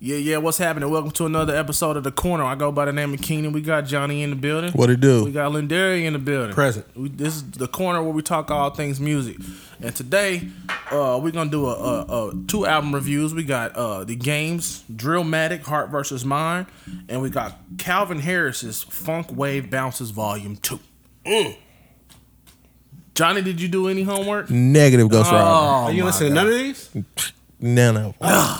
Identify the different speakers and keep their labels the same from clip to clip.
Speaker 1: Yeah, yeah, what's happening? Welcome to another episode of The Corner. I go by the name of Keenan. We got Johnny in the building.
Speaker 2: What
Speaker 1: We
Speaker 2: it do?
Speaker 1: got Lindari in the building.
Speaker 2: Present.
Speaker 1: We, this is the corner where we talk all things music. And today, uh, we're gonna do a, a, a two album reviews. We got uh, the games Drillmatic Heart versus Mind, and we got Calvin Harris's Funk Wave Bounces Volume Two.
Speaker 2: Mm.
Speaker 1: Johnny, did you do any homework?
Speaker 2: Negative Ghost Rider.
Speaker 1: Oh,
Speaker 3: Are you
Speaker 1: my
Speaker 3: listening to none of these?
Speaker 2: No, no.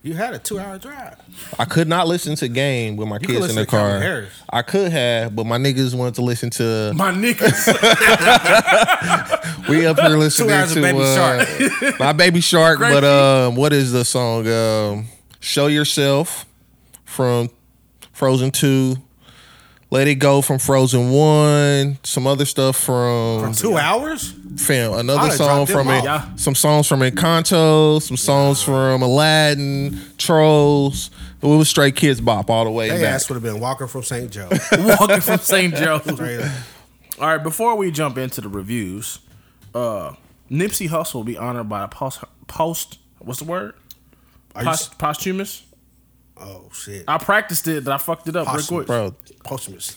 Speaker 3: You had a two hour drive.
Speaker 2: I could not listen to Game with my
Speaker 3: could
Speaker 2: kids in
Speaker 3: listen
Speaker 2: the
Speaker 3: to Calvin
Speaker 2: car.
Speaker 3: Harris.
Speaker 2: I could have, but my niggas wanted to listen to.
Speaker 1: my niggas.
Speaker 2: We up here listening
Speaker 3: hours of
Speaker 2: to uh,
Speaker 3: Baby
Speaker 2: my baby shark. but um, what is the song? Um, Show yourself from Frozen Two. Let it go from Frozen One. Some other stuff from
Speaker 3: Two hours?
Speaker 2: Fam, another
Speaker 3: I'd've
Speaker 2: song
Speaker 3: dropped them
Speaker 2: from it,
Speaker 3: off.
Speaker 1: Yeah.
Speaker 2: some songs from Encanto, some songs from Aladdin, Trolls. It was straight kids bop all the way
Speaker 3: They
Speaker 2: back.
Speaker 3: ass would have been walking from St. Joe.
Speaker 1: Walking from St. Joe's.
Speaker 3: Straight up.
Speaker 1: All right, before we jump into the reviews, uh, Nipsey Hussle will be honored by a post, post what's the word?
Speaker 3: Are you,
Speaker 1: Post, posthumous?
Speaker 3: oh shit.
Speaker 1: I practiced it, but I fucked it up real
Speaker 3: Posthumous.
Speaker 1: quick.
Speaker 2: Bro,
Speaker 3: Posthumous.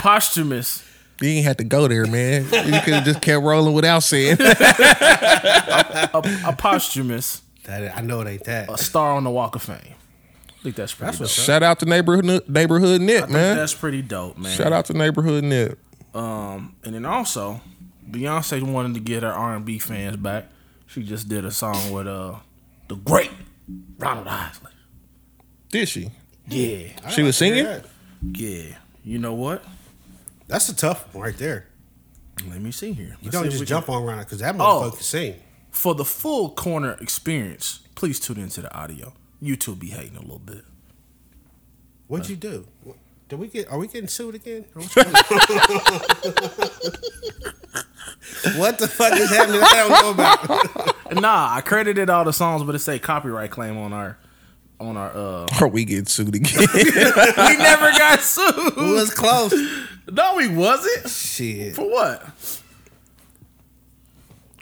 Speaker 1: Posthumous.
Speaker 2: you ain't have to go there, man. You could have just kept rolling without saying.
Speaker 1: A, a posthumous
Speaker 3: That I know it ain't that.
Speaker 1: star on the Walk of Fame. I think that's pretty dope.
Speaker 2: Shout out to neighborhood neighborhood Nip, man.
Speaker 1: That's pretty dope, man.
Speaker 2: Shout out to neighborhood Nip.
Speaker 1: And then also, Beyonce wanted to get her R and B fans back. She just did a song with uh the great Ronald Isley.
Speaker 2: Did she?
Speaker 1: Yeah,
Speaker 2: She was singing.
Speaker 3: Yeah.
Speaker 1: yeah. You know what?
Speaker 3: That's a tough one right there.
Speaker 1: Let me see here.
Speaker 3: You don't just jump on around it because that
Speaker 1: Oh.
Speaker 3: motherfucker can sing.
Speaker 1: For the full corner experience, please tune into the audio. YouTube be hating a little bit.
Speaker 3: What'd you do? What- Did we get? Are we getting sued again? what the fuck is happening? I don't know about.
Speaker 1: Nah, I credited all the songs, but it say copyright claim on our on our uh
Speaker 2: Are we getting sued again?
Speaker 1: We never got sued.
Speaker 3: It was close.
Speaker 1: No, we wasn't.
Speaker 3: Shit.
Speaker 1: For what?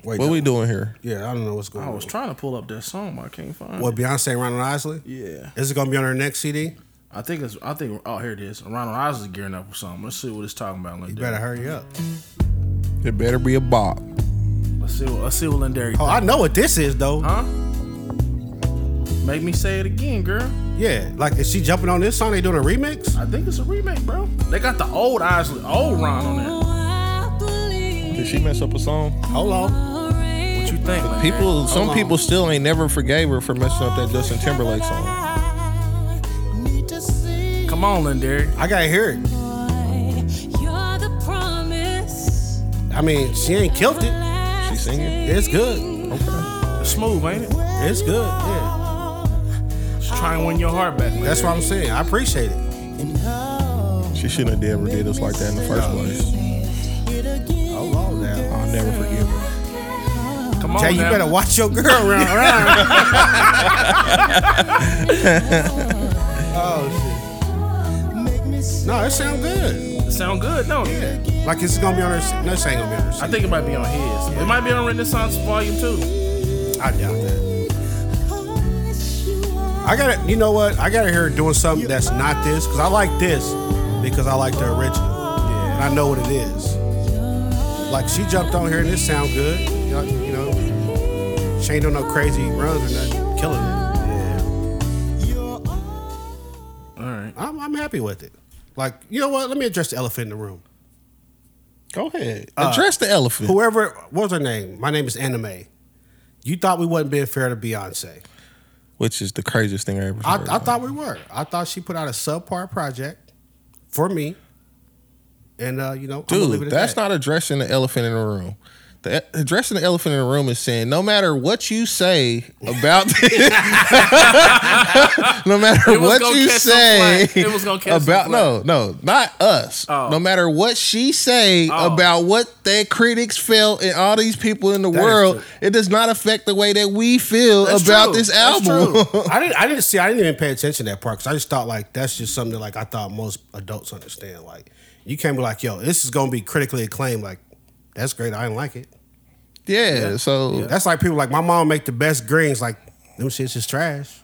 Speaker 3: Wait.
Speaker 2: what
Speaker 3: no.
Speaker 2: we doing here?
Speaker 3: yeah, I don't know what's going
Speaker 1: I
Speaker 3: on.
Speaker 1: was trying to pull up that song, but I can't find
Speaker 3: What
Speaker 1: it.
Speaker 3: Beyonce, Ronald Isley?
Speaker 1: Yeah.
Speaker 3: Is it gonna be on her next CD?
Speaker 1: I think it's I think oh here it is. Ronald Isley's gearing up for something. Let's see what it's talking about.
Speaker 3: You
Speaker 1: Lindari.
Speaker 3: better hurry up.
Speaker 2: It better be a bop.
Speaker 1: Let's see what let's see what Lindari.
Speaker 3: Oh, I know what this is though.
Speaker 1: Huh? Make me say it again, girl.
Speaker 3: Yeah, like is she jumping on this song? They doing a remix?
Speaker 1: I think it's a remake, bro. They got the old Isley, old Ron on there.
Speaker 2: Did she mess up a song?
Speaker 3: Hold on.
Speaker 1: What you think? man?
Speaker 2: People, some people still ain't never forgave her for messing up that Justin Timberlake song.
Speaker 1: Come on, Lindari.
Speaker 3: I gotta hear it. I mean, she ain't killed it.
Speaker 2: She singing.
Speaker 3: It's good.
Speaker 1: It's smooth, ain't it?
Speaker 3: It's good. Yeah.
Speaker 1: Just try and win your heart back. Lindari.
Speaker 3: That's what I'm saying. I appreciate it.
Speaker 2: She shouldn't have ever did us like that in the first place.
Speaker 3: Hold on now.
Speaker 2: I'll never forgive her.
Speaker 1: Come on,
Speaker 3: Jay, you
Speaker 1: now.
Speaker 3: better watch your girl around. around. oh shit. No, it sound good.
Speaker 1: It sound good, don't it?
Speaker 3: Yeah. Like it's gonna be on her. No, this ain't gonna be on her.
Speaker 1: I think it might be on his. It might be on Renaissance Volume Two.
Speaker 3: I doubt that. I gotta, you know what? I gotta hear her doing something that's not this, because I like this because I like the original. Yeah. And I know what it is. Like she jumped on here and this sound good. You know, you know she ain't doing no crazy runs or nothing, killing it. Yeah.
Speaker 1: All right.
Speaker 3: I'm, I'm happy with it. Like, you know what? Let me address the elephant in the room.
Speaker 2: Go ahead. Uh, Address the elephant.
Speaker 3: Whoever, what was her name? My name is Anime. You thought we wasn't being fair to Beyonce.
Speaker 2: Which is the craziest thing I ever
Speaker 3: I,
Speaker 2: heard.
Speaker 3: I thought we were. I thought she put out a subpar project for me, and uh, you know, I'm gonna leave it
Speaker 2: Dude,
Speaker 3: at
Speaker 2: that's
Speaker 3: that.
Speaker 2: not addressing the elephant in the room. The, e-, addressing the elephant in the room is saying, no matter what you say about this, no matter
Speaker 1: It was
Speaker 2: what
Speaker 1: gonna
Speaker 2: you
Speaker 1: catch some
Speaker 2: say
Speaker 1: flack. It was gonna catch some
Speaker 2: about no, no, not us.
Speaker 1: Oh.
Speaker 2: No matter what she say
Speaker 1: Oh.
Speaker 2: about what their critics felt and all these people in the
Speaker 3: is
Speaker 2: world,
Speaker 3: true.
Speaker 2: it does not affect the way that we feel
Speaker 1: That's
Speaker 2: about
Speaker 1: true.
Speaker 2: this
Speaker 1: That's
Speaker 2: album.
Speaker 1: true.
Speaker 3: I didn't. I didn't see. I didn't even pay attention to that part because I just thought like that's just something that, like I thought most adults understand. Like you can't be like, yo, this is gonna be critically acclaimed. Like that's great. I didn't like it.
Speaker 2: yeah, so
Speaker 3: That's like people like my mom make the best greens. Like them shits is trash.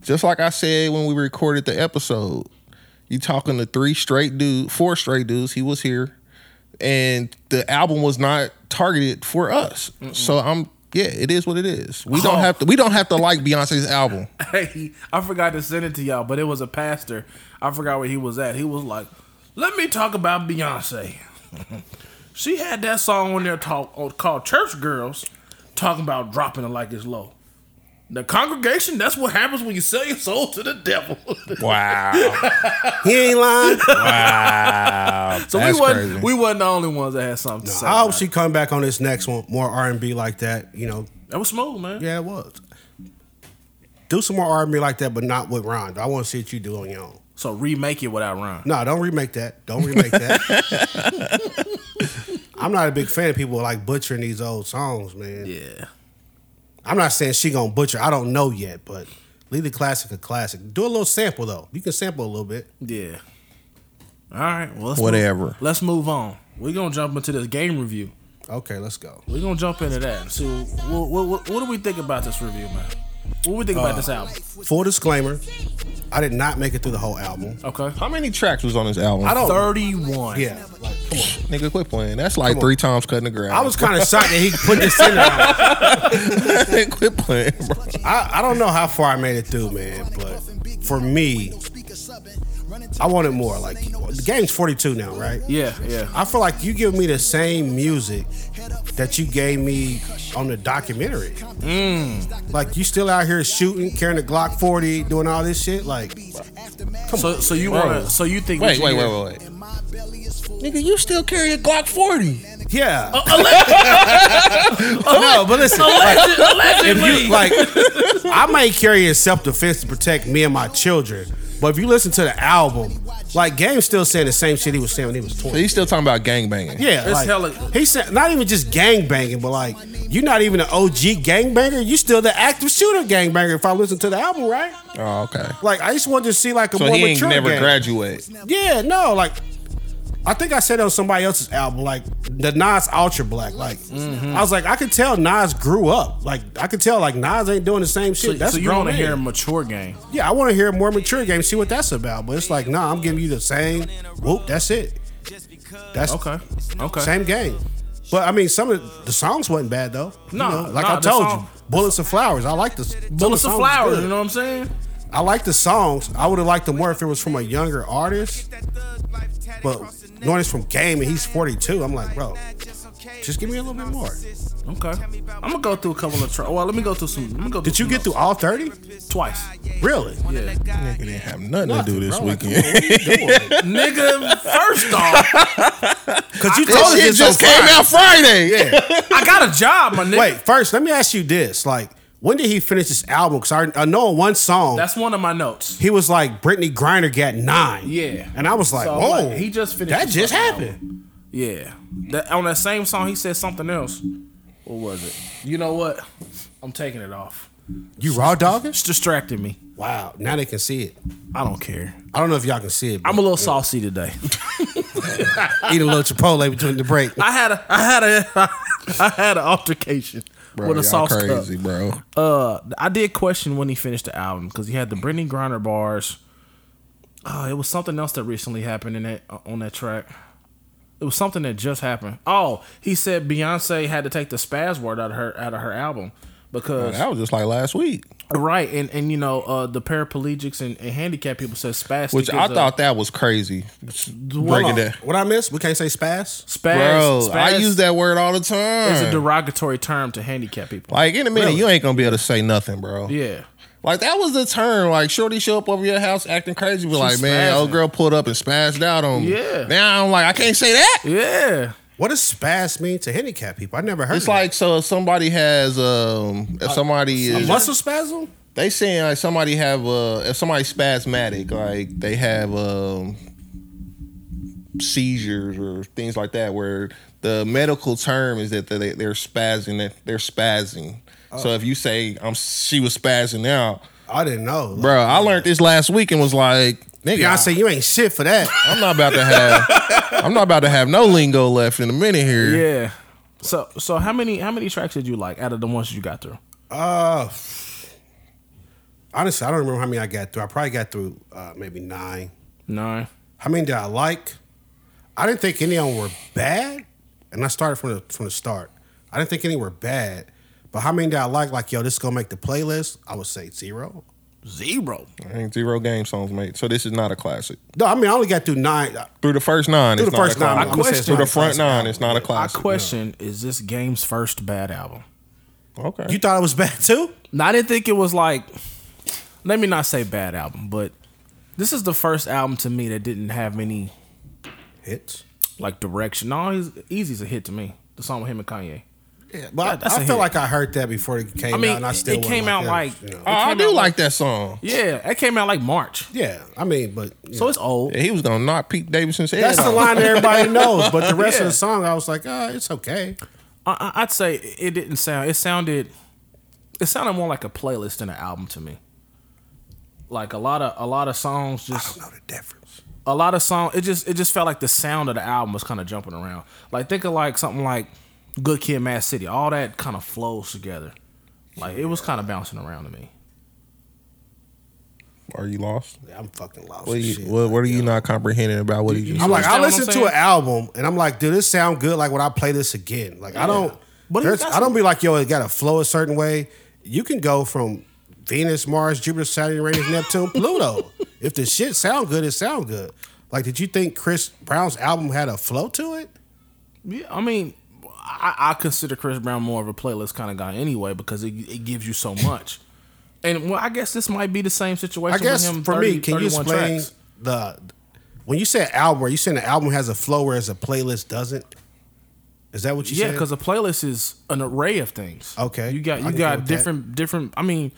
Speaker 2: just like I said when we recorded the episode, you talking to three straight dudes, four straight dudes. He was here, and the album was not targeted for us. So I'm, yeah, it is what it is. We don't
Speaker 1: Oh.
Speaker 2: have to. We don't have to like Beyonce's album.
Speaker 1: Hey, I forgot to send it to y'all, but it was a pastor. I forgot where he was at. He was like, "Let me talk about Beyonce. she had that song on there talk, oh, called Church Girls, talking about dropping it like it's low." The congregation, that's what happens when you sell your soul to the devil.
Speaker 2: Wow,
Speaker 3: He ain't lying.
Speaker 2: wow.
Speaker 1: so we wasn't we wasn't the only ones that had something to say.
Speaker 3: I hope
Speaker 1: man.
Speaker 3: she come back on this next one more R and B like that. You know,
Speaker 1: that was smooth, man.
Speaker 3: yeah, it was. Do some more R and B like that, but not with Ron. I want to see what you do on your own.
Speaker 1: So remake it without Ron.
Speaker 3: No, don't remake that. Don't remake that. I'm not a big fan of people like butchering these old songs, man.
Speaker 1: Yeah.
Speaker 3: I'm not saying she gonna butcher. I don't know yet, but leave the classic a classic. Do a little sample though. You can sample a little bit.
Speaker 1: Yeah. All right. Well, let's
Speaker 2: Whatever.
Speaker 1: Move, let's move on. We're gonna jump into this game review.
Speaker 3: Okay, let's go.
Speaker 1: We're gonna jump into that. So, what, what, what, what do we think about this review, man? What do we think about
Speaker 3: Uh,
Speaker 1: this album?
Speaker 3: Full disclaimer: I did not make it through the whole album.
Speaker 1: Okay,
Speaker 2: How many tracks was on this album?
Speaker 3: I don't.
Speaker 1: thirty-one.
Speaker 3: Yeah, like, come on.
Speaker 2: Nigga, quit playing. That's like three times cutting the ground.
Speaker 3: I was kind of shocked that he put this in. there. I,
Speaker 2: quit playing, bro.
Speaker 3: I don't know how far I made it through, man, but for me, I wanted more. Like the game's 42 now, right?
Speaker 1: yeah, yeah.
Speaker 3: I feel like you give me the same music that you gave me on the documentary. Like you still out here shooting, carrying a Glock 40, doing all this shit. Like
Speaker 1: So, so you
Speaker 2: Bro.
Speaker 1: wanna? So you think? we
Speaker 2: Wait,
Speaker 1: should
Speaker 2: wait,
Speaker 1: get-
Speaker 2: wait, wait, wait. Nigga, you still carry a Glock 40.
Speaker 3: yeah. no, but listen,
Speaker 1: Alleged- allegedly.
Speaker 3: like I might carry a self defense to protect me and my children. But if you listen to the album, like Game's still saying the same shit he was saying when he was 20.
Speaker 2: He's still talking about gangbanging.
Speaker 3: Yeah,
Speaker 1: It's
Speaker 3: like,
Speaker 1: hella-
Speaker 3: he said not even just gang banging, but like you're not even an OG gangbanger. You still the active shooter gangbanger. If I listen to the album, right?
Speaker 2: Oh, okay.
Speaker 3: Like I just wanted to see like a
Speaker 2: So
Speaker 3: more
Speaker 2: he ain't
Speaker 3: mature
Speaker 2: never
Speaker 3: gang.
Speaker 2: graduate.
Speaker 3: Yeah, no, like I think I said it on somebody else's album, like the Nas Ultra Black. Like
Speaker 1: Mm-hmm.
Speaker 3: I was like, I could tell Nas grew up. Like I could tell like Nas ain't doing the same
Speaker 1: So,
Speaker 3: shit. That's
Speaker 1: so you
Speaker 3: grown
Speaker 1: want to
Speaker 3: man.
Speaker 1: hear a mature game?
Speaker 3: Yeah, I want to hear more mature game, see what that's about. But it's like, nah, I'm giving you the same. Whoop, that's it. That's
Speaker 1: Okay, okay.
Speaker 3: Same game. But I mean, some of the songs wasn't bad though. You
Speaker 1: Nah,
Speaker 3: know, like
Speaker 1: nah,
Speaker 3: I
Speaker 1: the
Speaker 3: told
Speaker 1: song-
Speaker 3: you, bullets and flowers. I like the some of the
Speaker 1: Bullets
Speaker 3: songs
Speaker 1: of
Speaker 3: was
Speaker 1: flowers.
Speaker 3: good.
Speaker 1: You know what I'm saying?
Speaker 3: I like the songs. I would have liked them more if it was from a younger artist. But knowing it's from Game and he's 42, I'm like, bro, just give me a little bit more.
Speaker 1: Okay. I'm gonna go through a couple of. Tra- well, let me go through some. Let me go.
Speaker 3: Did you get through all 30?
Speaker 1: twice?
Speaker 3: Really?
Speaker 1: Yeah.
Speaker 2: Nigga didn't have nothing to do this
Speaker 3: Bro, like,
Speaker 2: weekend.
Speaker 3: what are you doing?
Speaker 1: Nigga, first off,
Speaker 3: Cause you
Speaker 2: this
Speaker 3: told
Speaker 2: shit
Speaker 3: us
Speaker 2: just
Speaker 3: just
Speaker 2: came out Friday. Yeah.
Speaker 1: I got a job, my nigga.
Speaker 3: Wait, first, let me ask you this: like, when did he finish this album? Cause I, I know on one song
Speaker 1: That's one of my notes.
Speaker 3: he was like Brittany Griner got nine.
Speaker 1: Yeah.
Speaker 3: and I was like,
Speaker 1: So,
Speaker 3: whoa,
Speaker 1: like, he just finished
Speaker 3: That
Speaker 1: his
Speaker 3: just
Speaker 1: fucking
Speaker 3: happened.
Speaker 1: Yeah. That on that same song he said something else. What was it? You know what? I'm taking it off.
Speaker 3: You raw dogging?
Speaker 1: It's distracting me.
Speaker 3: Wow, now they can see it.
Speaker 1: I don't care.
Speaker 3: I don't know if y'all can see it. But
Speaker 1: I'm a little saucy today.
Speaker 3: eat a little Chipotle between the break.
Speaker 1: I had a I had a I had an altercation
Speaker 2: Bro,
Speaker 1: with a
Speaker 2: y'all
Speaker 1: sauce
Speaker 2: crazy, bro.
Speaker 1: cup. Uh I did question when he finished the album because he had the Brittany Griner bars. Oh, it was something else that recently happened in that uh, on that track. It was something that just happened. Oh, he said Beyonce had to take the spaz word out of her out of her album because
Speaker 2: that was just like last week,
Speaker 1: Right, and and you know uh, the paraplegics and, and handicapped people said spastic.
Speaker 2: which
Speaker 1: is
Speaker 2: I
Speaker 1: a-
Speaker 2: thought that was crazy. Breaking that.
Speaker 3: What I miss? We can't say spaz.
Speaker 1: spaz,
Speaker 2: Bro,
Speaker 1: spaz
Speaker 2: I use that word all the time.
Speaker 1: is a derogatory term to handicapped people.
Speaker 2: like in a minute,
Speaker 3: Really?
Speaker 2: you ain't gonna be able to say nothing, bro.
Speaker 1: Yeah,
Speaker 2: Like that was the term. Like shorty show up over your house acting crazy, be like, man,
Speaker 1: spazzing.
Speaker 2: old girl pulled up and spazzed out on me.
Speaker 1: Yeah.
Speaker 2: Now I'm like, I can't say that.
Speaker 1: yeah.
Speaker 3: What does spaz mean to handicapped people? I never heard.
Speaker 2: It's
Speaker 3: of
Speaker 2: like so if somebody has um if somebody
Speaker 1: A
Speaker 2: is
Speaker 1: muscle spasm?
Speaker 2: they saying like somebody have uh if somebody spasmatic like they have um seizures or things like that where the medical term is that they they're spazzing that they're spazzing. So if you say I'm she was spazzing out,
Speaker 3: that. I didn't know. Like,
Speaker 2: bro, I learned this last week and was like, nigga, I,
Speaker 3: Beyonce, you ain't shit for that.
Speaker 2: I'm not about to have I'm not about to have no lingo left in a minute here.
Speaker 1: Yeah. So so how many how many tracks did you like out of the ones you got through?
Speaker 3: Uh, honestly, I don't remember how many I got through. I probably got through uh, maybe nine.
Speaker 1: Nine.
Speaker 3: How many did I like? I didn't think any of them were bad, and I started from the from the start. I didn't think any were bad, but how many did I like? Like, yo, this is gonna make the playlist. I would say zero.
Speaker 1: Zero.
Speaker 2: I ain't zero game songs, mate. So this is not a classic.
Speaker 3: No, I mean I only got through nine.
Speaker 2: Through the first nine,
Speaker 3: Through
Speaker 2: it's
Speaker 3: the
Speaker 2: not a
Speaker 3: first nine,
Speaker 2: classic.
Speaker 1: I'm gonna say it's
Speaker 2: through
Speaker 1: not
Speaker 2: the
Speaker 1: a
Speaker 2: front
Speaker 3: classic
Speaker 2: nine,
Speaker 3: album.
Speaker 2: it's not a
Speaker 1: My
Speaker 2: classic.
Speaker 1: question is this game's first bad album?
Speaker 2: Okay.
Speaker 3: You thought it was bad too?
Speaker 1: Now I didn't think it was like let me not say bad album, but this is the first album to me that didn't have any
Speaker 3: Hits.
Speaker 1: like direction. No, he's easy's a hit to me. The song with him and Kanye.
Speaker 3: Yeah, but
Speaker 1: that's
Speaker 3: I,
Speaker 1: a
Speaker 3: I
Speaker 1: hit.
Speaker 3: feel like I heard that before it came
Speaker 1: I mean,
Speaker 3: out. And I
Speaker 1: it-
Speaker 3: still
Speaker 1: it came
Speaker 3: wasn't
Speaker 1: out
Speaker 3: like,
Speaker 1: like-
Speaker 3: that, you know.
Speaker 2: oh, I
Speaker 1: came
Speaker 2: do
Speaker 1: out
Speaker 2: like that song.
Speaker 1: Yeah, that came out like March.
Speaker 3: yeah. I mean, but you
Speaker 1: So
Speaker 3: know.
Speaker 1: it's old.
Speaker 2: Yeah, he was gonna knock Pete Davidson's head.
Speaker 3: that's the
Speaker 2: off.
Speaker 3: line that everybody knows. But the rest
Speaker 1: Yeah.
Speaker 3: of the song, I was like, ah, it's okay.
Speaker 1: I, I- I'd say it didn't sound. It sounded. It sounded more like a playlist than an album to me. Like a lot of a lot of songs, just
Speaker 3: know the difference.
Speaker 1: a lot of song. It just it just felt like the sound of the album was kind of jumping around. Like think of like something like Good Kid, Mad City. All that kind of flows together. Like it was kind of bouncing around to me.
Speaker 2: Are you lost?
Speaker 3: Yeah, I'm fucking lost.
Speaker 2: What,
Speaker 3: as
Speaker 2: are you,
Speaker 3: shit.
Speaker 2: what, what are you not comprehending about what he just?
Speaker 3: I'm like, I
Speaker 1: Understand what I'm
Speaker 3: listen to an album and I'm like, dude, this sound good. Like when I play this again, like I don't,
Speaker 1: But
Speaker 3: but
Speaker 1: he's got
Speaker 3: I
Speaker 1: some-
Speaker 3: don't be like, yo, it got to flow a certain way. You can go from Venus, Mars, Jupiter, Saturn, Uranus, Neptune, Pluto. if the shit sound good, it sound good. Like, did you think Chris Brown's album had a flow to it?
Speaker 1: Yeah, I mean, I, I consider Chris Brown more of a playlist kind of guy anyway because it, it gives you so much. And well, I guess this might be the same situation.
Speaker 3: I guess
Speaker 1: with him
Speaker 3: for
Speaker 1: 30
Speaker 3: me, can you
Speaker 1: 31
Speaker 3: explain
Speaker 1: tracks.
Speaker 3: the when you say album? Are you saying the album has a flow, whereas a playlist doesn't? Is that what you
Speaker 1: Yeah,
Speaker 3: said?
Speaker 1: because a playlist is an array of things.
Speaker 3: Okay,
Speaker 1: you got
Speaker 3: I
Speaker 1: you
Speaker 3: can go
Speaker 1: got
Speaker 3: with that.
Speaker 1: different different. I mean,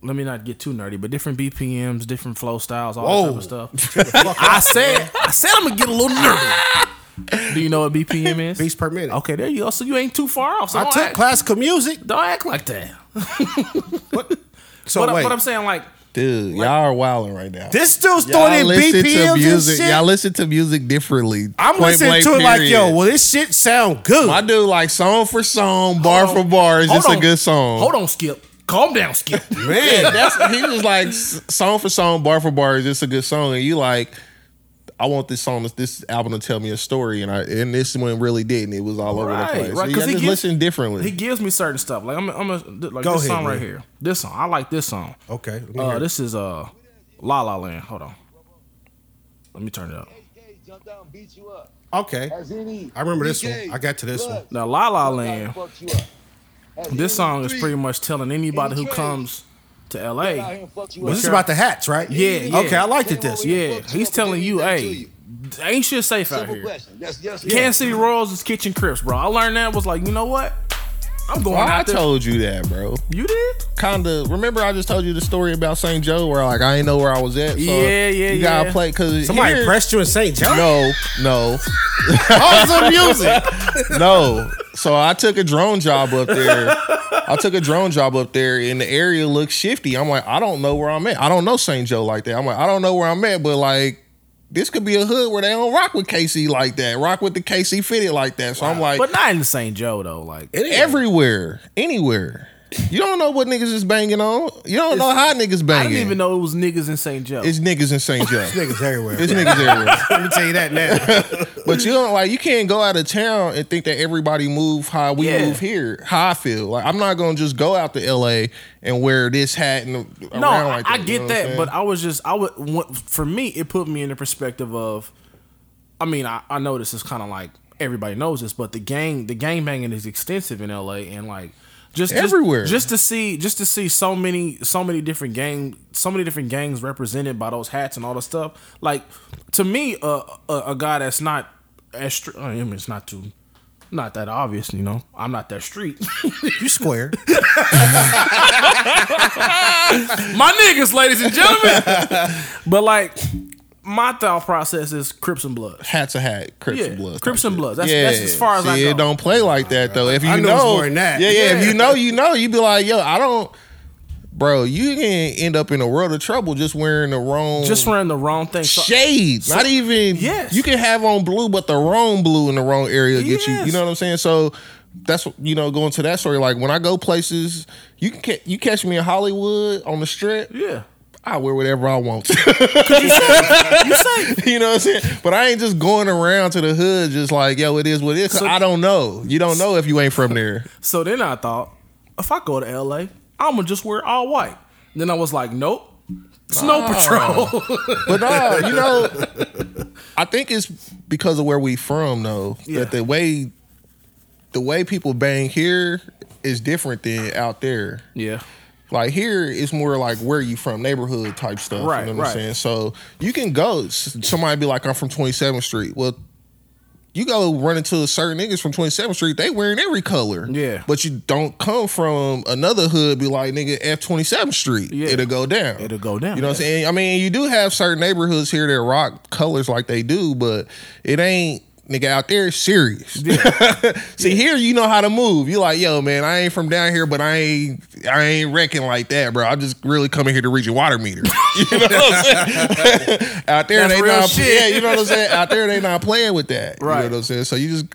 Speaker 1: let me not get too nerdy, but different BPMs, different flow styles, all
Speaker 3: Whoa.
Speaker 1: that type of stuff. I said, I said, I'm gonna get a little nerdy. Do you know what BPM is?
Speaker 3: beats per minute.
Speaker 1: Okay, there you go. So you ain't too far off. So
Speaker 3: I
Speaker 1: don't,
Speaker 3: took
Speaker 1: act,
Speaker 3: classical music.
Speaker 1: don't act like that.
Speaker 3: So
Speaker 1: but, I-
Speaker 3: wait,
Speaker 1: but I'm saying like
Speaker 2: Dude, y'all are wilding right now.
Speaker 3: this dude's
Speaker 2: y'all
Speaker 3: throwing in
Speaker 2: listen
Speaker 3: BPMs
Speaker 2: to music.
Speaker 3: and shit.
Speaker 2: Y'all listen to music differently.
Speaker 3: I'm
Speaker 2: Point
Speaker 3: listening
Speaker 2: blank,
Speaker 3: to it like, yo,
Speaker 2: period.
Speaker 3: well, this shit sound good.
Speaker 2: I do like song for song, bar
Speaker 1: hold
Speaker 2: for
Speaker 1: on,
Speaker 2: bar. Is
Speaker 1: hold
Speaker 2: this a
Speaker 1: on,
Speaker 2: good song?
Speaker 1: Hold on, Skip. Calm down, Skip.
Speaker 2: Yeah, that's he was like s- song for song, bar for bar. Is this a good song? And you like, I want this song, this album to tell me a story, and I and this one really didn't. It was all over the
Speaker 1: Right,
Speaker 2: place.
Speaker 1: right,
Speaker 2: Right,
Speaker 1: 'cause
Speaker 2: so
Speaker 1: he
Speaker 2: you just
Speaker 1: gives-
Speaker 2: listen differently.
Speaker 1: he gives me certain stuff. Like I'm, I'm a, like
Speaker 3: Go
Speaker 1: this
Speaker 3: ahead,
Speaker 1: song right
Speaker 3: man.
Speaker 1: here. This song, I like this song.
Speaker 3: okay. let me
Speaker 1: Uh,
Speaker 3: hear
Speaker 1: this is uh, La La Land. Hold on. Let me turn it up.
Speaker 4: DK jumped out and beat you up.
Speaker 3: it. okay.
Speaker 4: As any
Speaker 3: I remember this
Speaker 4: DK,
Speaker 3: one. I got to this
Speaker 4: look,
Speaker 1: Now, La La
Speaker 4: somebody
Speaker 1: Land,
Speaker 4: fucked you up. As
Speaker 1: This
Speaker 4: any
Speaker 1: song is
Speaker 4: three
Speaker 1: pretty much telling anybody who
Speaker 4: Trey.
Speaker 1: comes to
Speaker 4: out here
Speaker 1: LA.
Speaker 4: and fucked you
Speaker 3: Was
Speaker 4: up.
Speaker 3: this about the hats, right?
Speaker 1: Yeah, yeah.
Speaker 3: Okay, I liked it. This.
Speaker 1: Yeah, he's telling you, hey, ain't shit safe out
Speaker 4: Simple
Speaker 1: here.
Speaker 4: question. Yes, yes,
Speaker 1: Kansas City Royals is kitchen crips, bro. I learned that was like, you know what? I'm going
Speaker 2: Well, I
Speaker 1: out there.
Speaker 2: told you that, bro.
Speaker 1: you did?
Speaker 2: Kinda. Remember, I just told you the story about St. Joe, where like I ain't know where I was at. So
Speaker 1: Yeah, yeah,
Speaker 2: You gotta
Speaker 1: yeah.
Speaker 2: play because
Speaker 3: Somebody pressed you in St. John.
Speaker 2: No, no, Oh,
Speaker 3: Awesome music.
Speaker 2: no. So I took a drone job up there. I took a drone job up there, and the area looked shifty. I'm like, I don't know where I'm at. I don't know St. Joe like that. I'm like, I don't know where I'm at, but like. This could be a hood where they don't rock with KC like that, rock with the KC fitted like that. So I'm like,
Speaker 1: But not in St. Joe, though. Like,
Speaker 2: everywhere, anywhere. You don't know what niggas is banging on. You don't know how niggas banging.
Speaker 1: I didn't even know it was niggas in St. Joe.
Speaker 2: It's niggas in St. Joe.
Speaker 3: Niggas everywhere.
Speaker 2: It's
Speaker 3: bro.
Speaker 2: niggas everywhere.
Speaker 3: Let me tell you that now.
Speaker 2: But you don't like you can't go out of town and think that everybody move how we
Speaker 1: Yeah.
Speaker 2: move here, how I feel. Like I'm not gonna just go out to LA and wear this hat and around
Speaker 1: no, I,
Speaker 2: like that.
Speaker 1: I
Speaker 2: you
Speaker 1: get
Speaker 2: know what I'm
Speaker 1: that,
Speaker 2: saying?
Speaker 1: but I was just I would want- for me it put me in the perspective of, I mean I, I know this is kind of like everybody knows this, but the gang the gang banging is extensive in L.A. and like just just-
Speaker 2: Everywhere.
Speaker 1: Just, to see just to see so many so many different gang so many different gangs represented by those hats and all the stuff. Like to me, a a, a guy that's not as str- I mean, it's not too Not that obvious, you know. I'm not that street.
Speaker 3: You square.
Speaker 1: my niggas, ladies and gentlemen. but like, my thought process is Crips and Bloods.
Speaker 2: Hat's a hat. Crips
Speaker 1: Yeah,
Speaker 2: and Bloods.
Speaker 1: Crips
Speaker 2: type
Speaker 1: and
Speaker 2: shit.
Speaker 1: Bloods. That's- that's as far as
Speaker 2: See,
Speaker 1: I
Speaker 2: It
Speaker 1: go.
Speaker 2: don't play like that though. If you
Speaker 3: I know
Speaker 2: know,
Speaker 3: it's more than that.
Speaker 2: yeah, yeah. If
Speaker 1: Yeah.
Speaker 2: you know, you know. You be like, yo, I don't, bro. You can end up in a world of trouble just wearing the wrong,
Speaker 1: Just wearing the wrong thing. So-
Speaker 2: shades. not even.
Speaker 1: Yes.
Speaker 2: You can have on blue, but the wrong blue in the wrong area get you.
Speaker 1: Yes.
Speaker 2: You know what I'm saying? So that's what- you know going to that story. Like when I go places, you can ca- you catch me in Hollywood on the strip.
Speaker 1: yeah.
Speaker 2: I wear whatever I want.
Speaker 1: You say
Speaker 2: You know what I'm saying? But I ain't just going around to the hood just like, yo, it is what it is. 'cause
Speaker 1: So-
Speaker 2: I don't know. You don't know if you ain't from there.
Speaker 1: So then I thought, if I go to LA, I'ma just wear all white. Then I was like, nope. Snow Patrol.
Speaker 2: But nah,
Speaker 1: uh,
Speaker 2: you know, I think it's because of where we from though.
Speaker 1: Yeah.
Speaker 2: That the way the way people bang here is different than out there.
Speaker 1: yeah.
Speaker 2: Like here, it's more like where you from, neighborhood type stuff.
Speaker 1: Right,
Speaker 2: you know what
Speaker 1: right.
Speaker 2: I'm saying? So you can go. s- Somebody be like, I'm from 27th Street. Well, you go run into certain niggas from 27th Street. They wearing every color.
Speaker 1: Yeah.
Speaker 2: But you don't come from another hood. Be like, nigga, F 27th Street.
Speaker 1: Yeah.
Speaker 2: It'll go down.
Speaker 1: It'll go down,
Speaker 2: You know what I'm saying? I mean, you do have certain neighborhoods here that rock colors like they do, but it ain't. Nigga out there it's serious. See here, you know how to move. You like, yo, man, I ain't from down here, but I ain't, I ain't wrecking like that, bro. I'm just really coming here to reach a water meter. You know what I'm saying? Out there,
Speaker 1: That's
Speaker 2: they
Speaker 1: real
Speaker 2: not,
Speaker 1: shit.
Speaker 2: yeah, you know what I'm saying. Out there, they not playing with that. You
Speaker 1: Right.
Speaker 2: know what I'm saying. So you just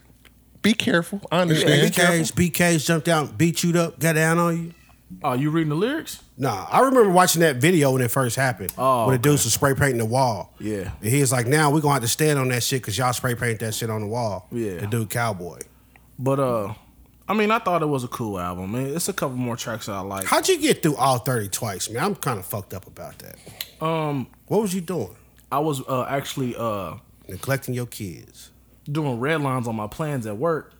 Speaker 2: be careful. I understand.
Speaker 3: BK's, BK's jumped out, beat you up, got down on you.
Speaker 1: Oh, you reading the lyrics?
Speaker 3: Nah, I remember watching that video when it first happened.
Speaker 1: Oh,
Speaker 3: when the dudes was spray painting the wall.
Speaker 1: Yeah.
Speaker 3: And he was like, now we're going to have to stand on that shit because y'all spray paint that shit on the wall.
Speaker 1: Yeah.
Speaker 3: The dude cowboy.
Speaker 1: But uh I mean I thought it was a cool album, man. It's a couple more tracks that I like.
Speaker 3: How'd you get through all 30 twice, man? I'm kind of fucked up about that.
Speaker 1: Um
Speaker 3: What was you doing?
Speaker 1: I was uh actually uh
Speaker 3: Neglecting your kids.
Speaker 1: doing red lines on my plans at work.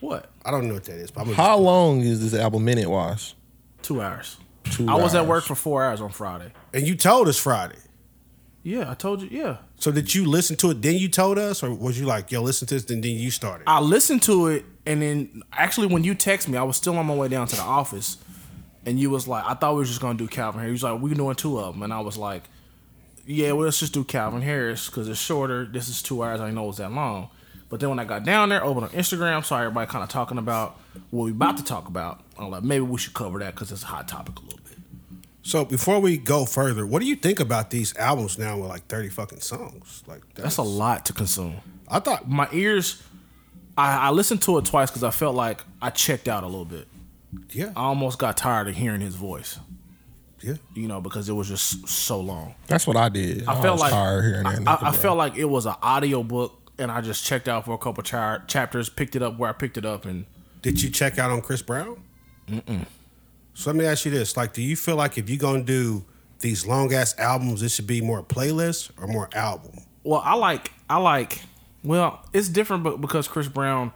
Speaker 1: What?
Speaker 3: I don't know what that is, but I'm gonna-
Speaker 2: How long is this album minute wise?
Speaker 1: Two hours.
Speaker 2: Two
Speaker 1: I was at
Speaker 2: hours.
Speaker 1: work for four hours on Friday.
Speaker 3: And you told us Friday.
Speaker 1: Yeah, I told you. Yeah,
Speaker 3: So did you listen to it? Then you told us, or was you like, yo, listen to this? And then you started.
Speaker 1: I listened to it, and then actually, when you text me, I was still on my way down to the office, and you was like, "I thought we was just gonna do Calvin Harris." You was like, "We doing two of them," and I was like, "Yeah, well, let's just do Calvin Harris because it's shorter. This is two hours. I didn't know it was that long." But then when I got down there, opened on Instagram, saw everybody kind of talking about what we about to talk about. I'm like, maybe we should cover that because it's a hot topic a little bit.
Speaker 3: so before we go further, what do you think about these albums now with like thirty fucking songs? Like
Speaker 1: That's a lot to consume.
Speaker 3: I thought
Speaker 1: My ears, I, I listened to it twice because I felt like I checked out a little bit.
Speaker 3: yeah
Speaker 1: I almost got tired of hearing his voice.
Speaker 3: yeah.
Speaker 1: you know, because it was just so long.
Speaker 2: That's what I did.
Speaker 1: I, felt
Speaker 2: was
Speaker 1: like
Speaker 2: tired Oh, hearing that.
Speaker 1: I,
Speaker 2: nigga,
Speaker 1: I, I
Speaker 2: bro.
Speaker 1: felt like it was an audio book, and I just checked out for a couple char- chapters, picked it up where I picked it up, and
Speaker 3: Did you check out on Chris Brown? Mm-mm. So let me ask you this: like, do you feel like if you're gonna do these long ass albums, it should be more playlist or more album?
Speaker 1: well, I like I like well, it's different, but because Chris Brown,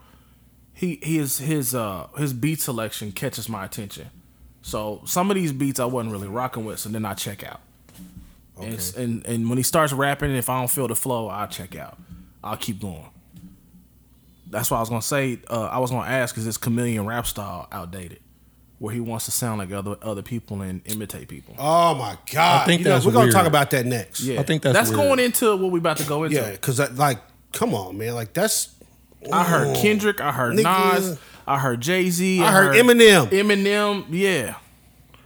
Speaker 1: he his his uh his beat selection catches my attention. So some of these beats I wasn't really rocking with, so then I check out. And, it's- and and when he starts rapping, if I don't feel the flow, I'll check out. I'll keep going. That's what I was gonna say. Uh, I was gonna ask, is this chameleon rap style outdated, where he wants to sound like other other people and imitate people?
Speaker 3: Oh my god!
Speaker 2: I think
Speaker 3: You know,
Speaker 2: that's
Speaker 3: we're gonna
Speaker 2: weird.
Speaker 3: talk about that next.
Speaker 1: yeah,
Speaker 2: I think that's
Speaker 1: that's
Speaker 2: weird.
Speaker 1: going into what we about to go into.
Speaker 3: yeah, because like, come on, man, like that's.
Speaker 1: I heard Kendrick. I heard
Speaker 3: Nigga.
Speaker 1: Nas. I heard Jay Z.
Speaker 3: I heard Eminem.
Speaker 1: Eminem. Yeah,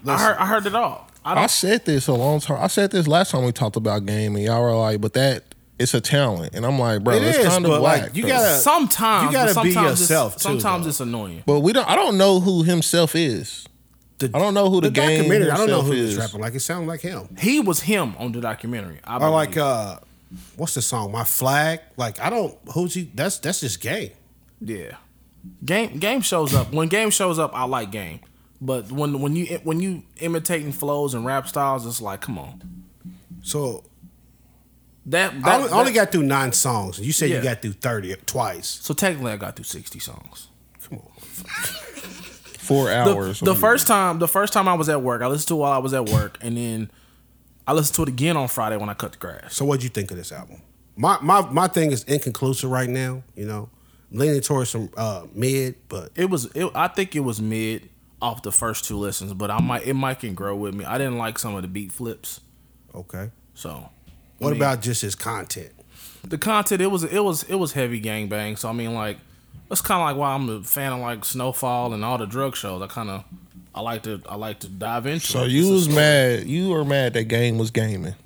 Speaker 1: I heard. I heard it all. I
Speaker 2: I
Speaker 1: don't.
Speaker 2: said this a long time. I said this last time we talked about game, and y'all were like, "But that it's a talent," and I'm like, "Bro,
Speaker 3: It
Speaker 2: it's
Speaker 3: is,
Speaker 2: kind
Speaker 3: but,
Speaker 2: of
Speaker 3: like,
Speaker 2: whack."
Speaker 3: you
Speaker 2: though.
Speaker 3: gotta-
Speaker 1: sometimes
Speaker 3: Uh, You gotta
Speaker 1: but
Speaker 3: be
Speaker 1: sometimes
Speaker 3: yourself, too,
Speaker 1: It's, sometimes
Speaker 3: though.
Speaker 1: it's annoying.
Speaker 2: but we don't. I don't know who himself is.
Speaker 3: The,
Speaker 2: I don't know who the, game
Speaker 3: documentary. I
Speaker 2: Himself
Speaker 3: don't know who
Speaker 2: is.
Speaker 3: was rapping. Like it sounded like him.
Speaker 1: He was him on the documentary. I
Speaker 3: Or
Speaker 1: believe.
Speaker 3: like uh what's the song? My flag? Like I don't who's he that's that's just gay.
Speaker 1: yeah, game game shows up. When game shows up, I like game. But when when you when you imitating flows and rap styles, it's like, come on.
Speaker 3: So
Speaker 1: That, that
Speaker 3: I only, I only
Speaker 1: that-
Speaker 3: got through nine songs. You said
Speaker 1: Yeah.
Speaker 3: you got through thirty twice.
Speaker 1: so technically I got through sixty songs.
Speaker 3: Come on.
Speaker 2: Four
Speaker 1: the,
Speaker 2: hours.
Speaker 1: the first time, the first time I was at work, I listened to it while I was at work, and then I listened to it again on Friday when I cut the grass.
Speaker 3: So what'd you think of this album? My my my thing is inconclusive right now, you know. leaning towards some uh, mid, but
Speaker 1: It was. It, I think it was mid off the first two listens, but I might it might can grow with me. I didn't like some of the beat flips,
Speaker 3: okay.
Speaker 1: so.
Speaker 3: What
Speaker 1: I mean,
Speaker 3: about just his content?
Speaker 1: the content? It was it was it was heavy gangbang. So I mean, like that's kind of like why I'm a fan of like Snowfall and all the drug shows. I kind of I like to I like to dive into.
Speaker 2: So
Speaker 1: it.
Speaker 2: you
Speaker 1: It's a
Speaker 2: was
Speaker 1: story.
Speaker 2: mad. You were mad that game was gaming.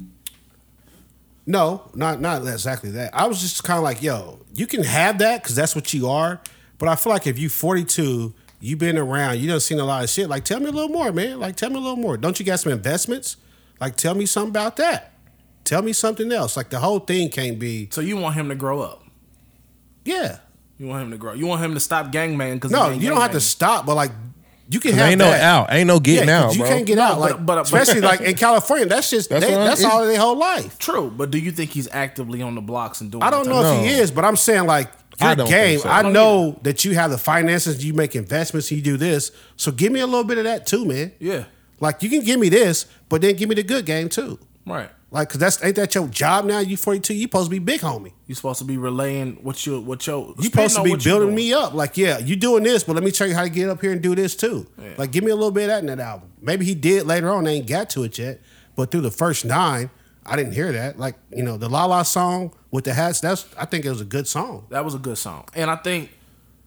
Speaker 3: No, not not exactly that. I was just kind of like, yo, you can have that because that's what you are. But I feel like if you 42, you been around, you done seen a lot of shit. Like, tell me a little more, man. Like, tell me a little more. Don't you got some investments? Like, tell me something about that. Tell me something else. Like, the whole thing can't be,
Speaker 1: So you want him to grow up?
Speaker 3: yeah.
Speaker 1: You want him to grow? You want him to stop gangbang? Because
Speaker 3: No, you don't have to stop, but like, you can have
Speaker 2: Ain't no
Speaker 3: that.
Speaker 2: out. Ain't no
Speaker 3: Yeah,
Speaker 2: getting
Speaker 3: 'cause
Speaker 2: out,
Speaker 3: you
Speaker 2: bro.
Speaker 3: can't get
Speaker 1: No,
Speaker 3: out.
Speaker 1: but-
Speaker 3: Like,
Speaker 1: but- but-
Speaker 3: especially like in California, that's just that's,
Speaker 2: That's
Speaker 3: they,
Speaker 2: what I-
Speaker 3: that's
Speaker 2: it's-
Speaker 3: all their whole life.
Speaker 1: True, but do you think he's actively on the blocks and doing?
Speaker 3: I don't
Speaker 1: the
Speaker 3: know
Speaker 1: type-
Speaker 2: No.
Speaker 3: if he is, but I'm saying like your
Speaker 2: I don't
Speaker 3: game.
Speaker 2: think so.
Speaker 3: I
Speaker 2: I
Speaker 1: don't
Speaker 3: know that you have the finances, you make investments, you do this. So give me a little bit of that too, man.
Speaker 1: Yeah,
Speaker 3: Like you can give me this, but then give me the good game too.
Speaker 1: right.
Speaker 3: Like, cause that's ain't that your job now? You 42, you supposed to be big homie.
Speaker 1: You're supposed to be relaying what you what your
Speaker 3: You supposed to be building me up. Like, yeah, you doing this, but let me tell you how to get up here and do this too. Like, give me a little bit of that in that album. Maybe he did later on. They ain't got to it yet, but through the first nine, I didn't hear that. Like, you know, the La La song with the hats. That's I think it was a good song.
Speaker 1: That was a good song, and I think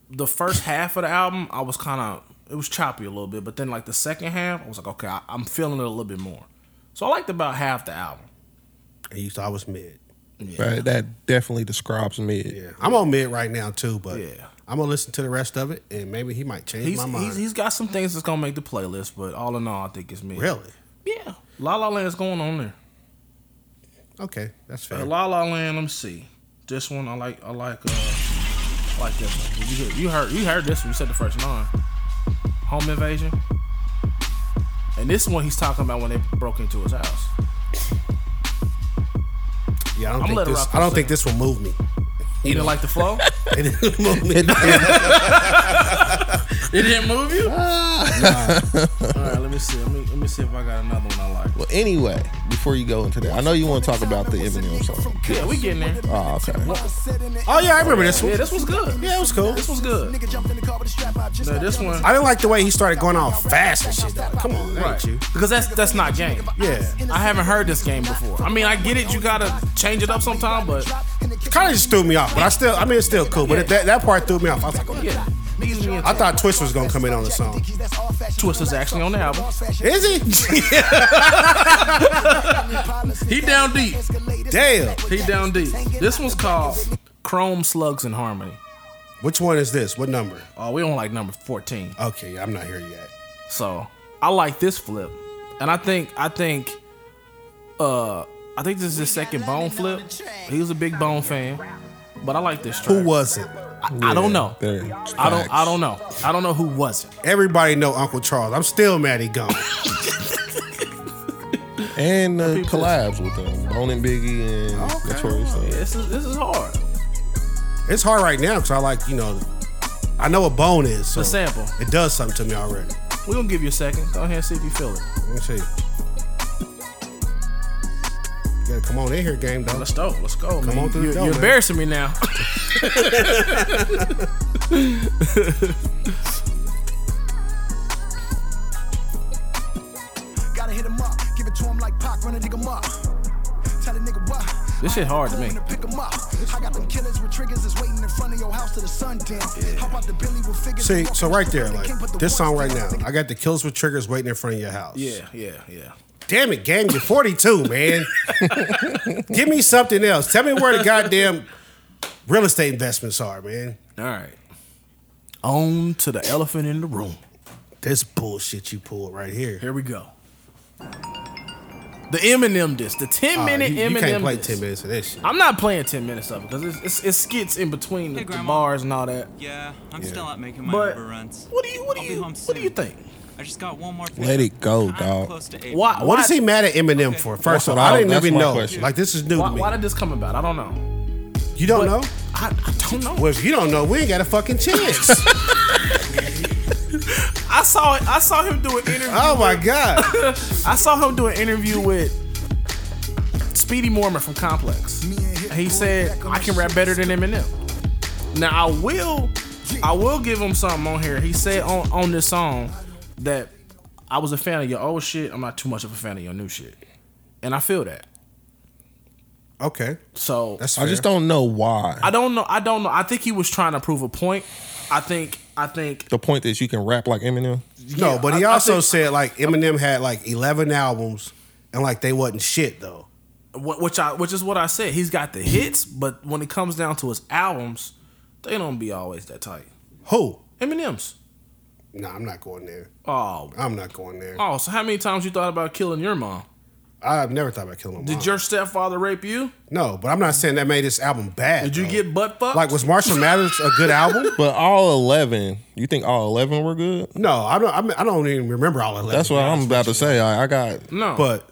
Speaker 1: the first half of the album I was kind of it was choppy a little bit, but then like the second half I was like, okay, I, I'm feeling it a little bit more. So I liked about half the album.
Speaker 3: And you thought I was mid.
Speaker 2: Right, that definitely describes me.
Speaker 3: Yeah, I'm on mid right now too, but
Speaker 1: Yeah.
Speaker 3: I'm gonna listen to the rest of it, and maybe he might change
Speaker 1: He's,
Speaker 3: my mind.
Speaker 1: he's he's got some things that's gonna make the playlist, but all in all, I think it's me.
Speaker 3: really
Speaker 1: Yeah, La La Land's going on there.
Speaker 3: okay. That's
Speaker 1: Uh,
Speaker 3: fair.
Speaker 1: La La Land. Let me see. This one I like. I like. Uh, I like this one. You, hear- you heard. You heard this one. You said the first nine. Home invasion. And this one he's talking about when they broke into his house.
Speaker 3: Yeah, I don't
Speaker 1: I'ma
Speaker 3: think
Speaker 1: let it
Speaker 3: this.
Speaker 1: rock
Speaker 3: I don't
Speaker 1: for a
Speaker 3: think this will move me.
Speaker 1: You didn't like the flow?
Speaker 3: It didn't move me.
Speaker 1: it didn't move you? All right. Let me see. Let me, let me see if I got another one I like.
Speaker 2: Well, anyway, before you go into that, I know you want to talk about the Eminem song.
Speaker 1: Yeah, we getting there.
Speaker 2: Oh, okay.
Speaker 3: oh yeah, I remember this one.
Speaker 1: Yeah, this was good.
Speaker 3: Yeah, it was cool.
Speaker 1: This was good. Now, this one.
Speaker 3: I didn't like the way he started going all fast and shit. Though. Like, Come on,
Speaker 1: Right.
Speaker 3: ain't you?
Speaker 1: Because that's that's not game.
Speaker 3: Yeah.
Speaker 1: I haven't heard this game before. I mean, I get it. You gotta change it up sometime, but
Speaker 3: Kind of just threw me off, but I still. I mean, it's still cool. But
Speaker 1: Yeah.
Speaker 3: that, that part threw me off. I was like, oh,
Speaker 1: yeah. Niggas be into
Speaker 3: I thought Twist was gonna come in on the song.
Speaker 1: Twist is actually on the album.
Speaker 3: Is he?
Speaker 1: He down deep.
Speaker 3: Damn.
Speaker 1: He down deep. This one's called Chrome Slugs in Harmony.
Speaker 3: Which one is this? What number?
Speaker 1: Oh, we don't like number 14.
Speaker 3: Okay, I'm not here yet.
Speaker 1: So I like this flip. And I think I think uh I think this is his second bone flip. He was a big bone fan. But I like this track.
Speaker 3: Who was it?
Speaker 1: I don't know.
Speaker 2: There.
Speaker 1: I don't I don't know. I don't know who was it.
Speaker 3: Everybody know Uncle Charles. I'm still mad he gone.
Speaker 2: And uh,
Speaker 1: People-
Speaker 2: collabs with them, Bone and Biggie and
Speaker 3: Okay.
Speaker 2: Notorious. Thug.
Speaker 1: This is this is hard.
Speaker 3: it's hard right now because I like you know, I know what bone is. So
Speaker 1: The sample.
Speaker 3: It does something to me already.
Speaker 1: We're gonna give you a second. Go ahead and see if you feel it.
Speaker 3: Let me see. You gotta come on in here, game though.
Speaker 1: Let's go. Let's go, man.
Speaker 3: on through the
Speaker 1: you,
Speaker 3: door,
Speaker 1: you're
Speaker 3: man.
Speaker 1: embarrassing me now.
Speaker 5: Gotta hit him up, give it to him like Pac, run a nigga up. Tell a nigga what.
Speaker 1: This shit hard to me.
Speaker 5: Pick 'em up. I got them killers with triggers that's waiting in front of your house to the sun dance. How about the Billy with figures?
Speaker 3: See, so right there, like this song right now, I got the kills with triggers waiting in front of your house.
Speaker 1: Yeah, yeah, yeah.
Speaker 3: Damn it, game, you're 42, man. Give me something else. Tell me where the goddamn real estate investments are, man.
Speaker 1: All right. On to the elephant in the room.
Speaker 3: This bullshit you pulled right here.
Speaker 1: Here we go. The Eminem disc, the ten
Speaker 3: Uh,
Speaker 1: minute
Speaker 3: you,
Speaker 1: Eminem.
Speaker 3: you can't play
Speaker 1: disc.
Speaker 3: 10 minutes of this shit.
Speaker 1: I'm not playing ten minutes of it because it's, it's, it's skits in between the,
Speaker 6: Hey,
Speaker 1: the
Speaker 6: Grandma.
Speaker 1: bars and all that.
Speaker 6: Yeah, I'm still out making my
Speaker 1: But
Speaker 6: Uber runs.
Speaker 1: what do you what do
Speaker 6: I'll be
Speaker 1: you
Speaker 6: home
Speaker 1: what do you
Speaker 6: soon.
Speaker 1: think?
Speaker 6: I just got one more.
Speaker 2: Let it go,
Speaker 6: pickup. I'm
Speaker 2: dog.
Speaker 6: close to April.
Speaker 1: Why
Speaker 3: What
Speaker 1: why,
Speaker 3: is he mad at Eminem for? First of all, I
Speaker 2: That's
Speaker 3: didn't
Speaker 2: my
Speaker 3: even know.
Speaker 2: question.
Speaker 3: Like this is new
Speaker 1: why,
Speaker 3: to me.
Speaker 1: why did this come about? I don't know.
Speaker 3: you don't
Speaker 1: but-
Speaker 3: know?
Speaker 1: I, I don't know.
Speaker 3: Well, if you don't know, we ain't got a fucking chance.
Speaker 1: I saw I saw him do an interview.
Speaker 3: oh my god.
Speaker 1: I saw him do an interview with Speedy Mormon from Complex. He said I can rap better than Eminem. Now I will, I will give him something on here. He said on on this song that I was a fan of your old shit. I'm not too much of a fan of your new shit, and I feel that.
Speaker 3: Okay.
Speaker 1: So
Speaker 3: That's
Speaker 2: I just don't know why.
Speaker 1: I don't know. I don't know. I think he was trying to prove a point. I think. I think.
Speaker 2: the point is you can rap like Eminem.
Speaker 1: yeah,
Speaker 3: no, but he
Speaker 1: I- I
Speaker 3: also
Speaker 1: think-
Speaker 3: said like Eminem had like eleven albums and like they wasn't shit though.
Speaker 1: Wh- which I which is what I said. He's got the hits, but when it comes down to his albums, they don't be always that tight.
Speaker 3: Who?
Speaker 1: Eminem's.
Speaker 3: Nah, I'm not going there.
Speaker 1: Oh,
Speaker 3: I'm not going there.
Speaker 1: oh. So how many times you thought about killing your mom?
Speaker 3: I've never thought about killing my mom.
Speaker 1: Did your stepfather rape you?
Speaker 3: no, but I'm not saying that made this album bad.
Speaker 1: Did you
Speaker 3: though.
Speaker 1: get butt fucked?
Speaker 3: like was Marshall Mathers a good album?
Speaker 2: But all eleven, you think all eleven were good?
Speaker 3: No, I don't. I'm- I don't even remember all eleven.
Speaker 2: That's what I'm about to say. I, I got
Speaker 1: no.
Speaker 3: But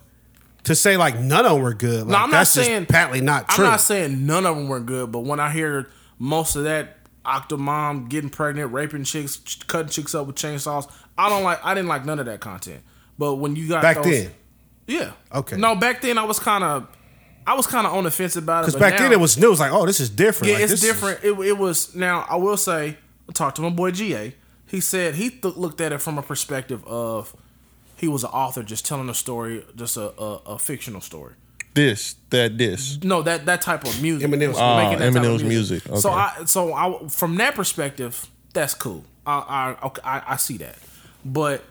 Speaker 3: to say like none of them were good, like,
Speaker 1: no, I'm not
Speaker 3: that's
Speaker 1: saying
Speaker 3: just patently not true.
Speaker 1: I'm not saying none of them were good, but when I hear most of that Octomom getting pregnant, raping chicks, ch- cutting chicks up with chainsaws, I don't like. I didn't like none of that content. But when you got
Speaker 3: Back
Speaker 1: those-
Speaker 3: then,
Speaker 1: yeah,
Speaker 3: Okay.
Speaker 1: No, back then I was kind of, I was kind of on the fence about it.
Speaker 3: because
Speaker 1: but
Speaker 3: back
Speaker 1: now-
Speaker 3: then it was new. It was like, oh, this is different.
Speaker 1: yeah,
Speaker 3: Like,
Speaker 1: it's
Speaker 3: this is-
Speaker 1: different. It, it was now. I will say, I talked to my boy GA. He said he th- looked at it from a perspective of he was an author just telling a story, just a, a, a fictional story.
Speaker 2: this, that, this.
Speaker 1: No, that that type of music.
Speaker 3: Eminem's-
Speaker 1: We're making
Speaker 2: Ah,
Speaker 1: that type of
Speaker 2: Eminem's music.
Speaker 1: So
Speaker 2: Okay.
Speaker 1: I so I from that perspective, that's cool. I I okay, I, I see that. But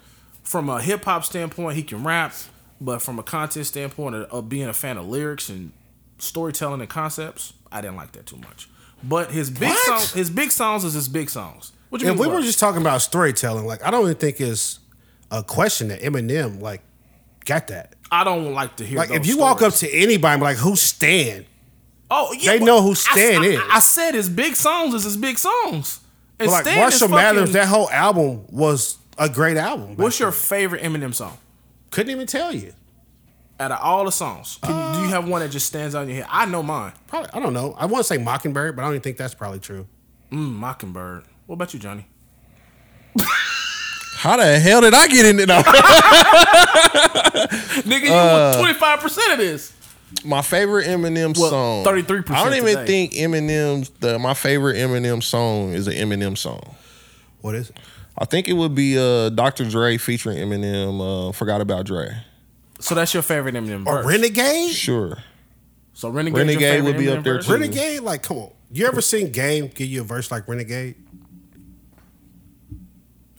Speaker 1: from a hip hop standpoint, he can rap. But from a content standpoint of, of being a fan of lyrics and storytelling and concepts, I didn't like that too much. But his big
Speaker 3: What?
Speaker 1: songs, his big songs is his big songs. What you
Speaker 3: If
Speaker 1: mean?
Speaker 3: we
Speaker 1: what?
Speaker 3: were just talking about storytelling, like I don't even think it's a question that Eminem like got that.
Speaker 1: I don't like to hear.
Speaker 3: Like if
Speaker 1: those
Speaker 3: you walk up
Speaker 1: stories.
Speaker 3: to anybody, and be like who's Stan?
Speaker 1: oh, yeah,
Speaker 3: they
Speaker 1: but
Speaker 3: know who
Speaker 1: I-
Speaker 3: Stan
Speaker 1: I,
Speaker 3: is.
Speaker 1: I, said his big songs is his big songs. And
Speaker 3: But, like
Speaker 1: Stan is
Speaker 3: Marshall Mathers,
Speaker 1: fucking-
Speaker 3: that whole album was a great album. back
Speaker 1: What's your
Speaker 3: then.
Speaker 1: favorite Eminem song?
Speaker 3: Couldn't even tell you.
Speaker 1: Out of all the songs, can you, do you have one that just stands out in your head? I know mine.
Speaker 3: Probably I don't know. I want to say Mockingbird, but I don't even think that's probably true.
Speaker 1: Mm, Mockingbird. What about you, Johnny?
Speaker 2: How the hell did I get in it? No.
Speaker 1: Nigga, you
Speaker 2: Uh,
Speaker 1: want twenty five percent of this?
Speaker 2: my favorite Eminem
Speaker 1: Well,
Speaker 2: song.
Speaker 1: 33%
Speaker 2: I don't even
Speaker 1: today.
Speaker 2: think Eminem's the my favorite Eminem song is an Eminem song.
Speaker 3: What is it?
Speaker 2: I think it would be uh Dr. Dre featuring Eminem, uh Forgot About Dre.
Speaker 1: So that's your favorite Eminem
Speaker 3: Or
Speaker 1: verse.
Speaker 3: Renegade?
Speaker 2: Sure.
Speaker 1: so Renegade, your
Speaker 2: Renegade
Speaker 1: favorite
Speaker 2: would be
Speaker 1: Eminem
Speaker 2: up there,
Speaker 1: verse?
Speaker 2: too.
Speaker 3: Renegade? Like, come on. You ever seen Game give you a verse like Renegade?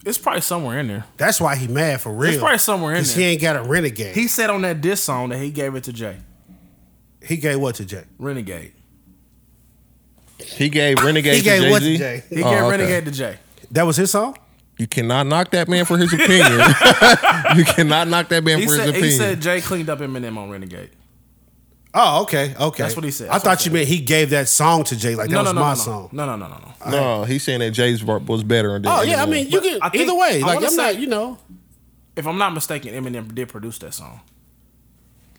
Speaker 1: It's probably somewhere in there.
Speaker 3: That's why he mad for real.
Speaker 1: It's probably somewhere in
Speaker 3: 'Cause
Speaker 1: there.
Speaker 3: he ain't got a Renegade.
Speaker 1: He
Speaker 3: He,
Speaker 1: said on that diss song that he gave it to Jay.
Speaker 3: he gave what to Jay?
Speaker 1: Renegade.
Speaker 2: He gave Renegade
Speaker 3: He gave
Speaker 2: to
Speaker 3: what
Speaker 2: Jay-Z.
Speaker 3: to Jay?
Speaker 1: He gave
Speaker 2: Oh, okay.
Speaker 1: Renegade to Jay.
Speaker 3: That was his song?
Speaker 2: You cannot knock that man for his opinion. you cannot knock that man
Speaker 1: He
Speaker 2: for his
Speaker 1: said,
Speaker 2: opinion.
Speaker 1: he said Jay cleaned up Eminem on Renegade.
Speaker 3: Oh, okay. Okay.
Speaker 1: That's what he said.
Speaker 3: I
Speaker 1: That's what
Speaker 3: thought
Speaker 1: he said.
Speaker 3: you meant he gave that song to Jay. Like, that
Speaker 1: No, no,
Speaker 3: was
Speaker 1: no,
Speaker 3: my
Speaker 1: no, no,
Speaker 3: song.
Speaker 1: no, no, no, no, no.
Speaker 2: no, he's saying that Jay's bar- was better. Than
Speaker 3: Oh, yeah. I
Speaker 2: Eminem.
Speaker 3: mean, you
Speaker 1: But
Speaker 3: can,
Speaker 1: I think-
Speaker 3: either way.
Speaker 1: I
Speaker 3: Like,
Speaker 1: wanna
Speaker 3: I'm not,
Speaker 1: say-
Speaker 3: you know,
Speaker 1: If I'm not mistaken, Eminem did produce that song,